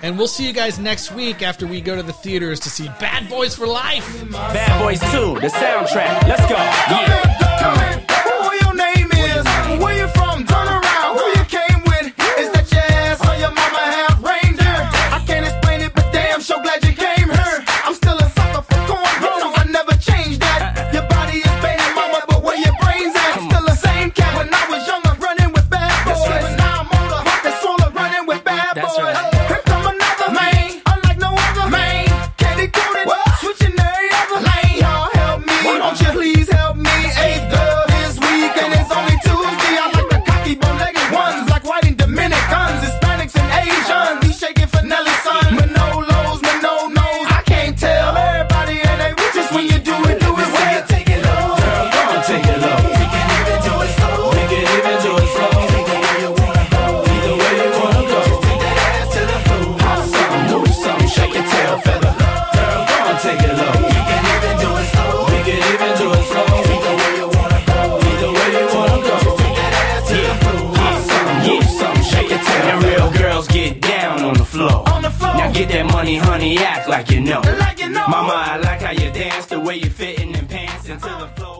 And we'll see you guys next week after we go to the theaters to see Bad Boys for Life. Bad Boys 2, the soundtrack. Let's go. Who your name is? Where you from? Turn around. Who you came with? Is that your ass or your mama half reindeer? I can't explain it, but damn, so glad you came here. I'm still a sucker for corn, but no, I never changed that. Your body is banging, mama, but where your brains at? Still the same cat when I was young, I'm running with bad That's boys. right. But now I'm older, that's all I'm running with bad That's boys. right. Here come another man, unlike no other man. Candy coated, switching every other lane. Y'all help me, won't you please help me? Eighth girl this week, and it's only Tuesday. I like the cocky, bow-legged ones, like white and Dominicans, Hispanics and Asians. He shaking for Nelly's son. Manolos, Manonos, I can't tell. Everybody and they riches when you do it, do it well. Take it low, girl, Come on, take it low. we can even do it slow. We can even do it slow. Take it where you wanna go. Either way you wanna go. Just take that ass to the floor. Pop something, move something, shake your tail feather. Girl, come on, take it low. We can even do it slow. We can even do it slow. Either way you wanna go. Either way you wanna go. Just take that ass to the floor. Pop something, move something, shake your tail And real girls get down on the floor. On the floor. Now get that money, honey, act like you know. Like you know. Mama, I like how you dance, the way you fit in them pants into the floor.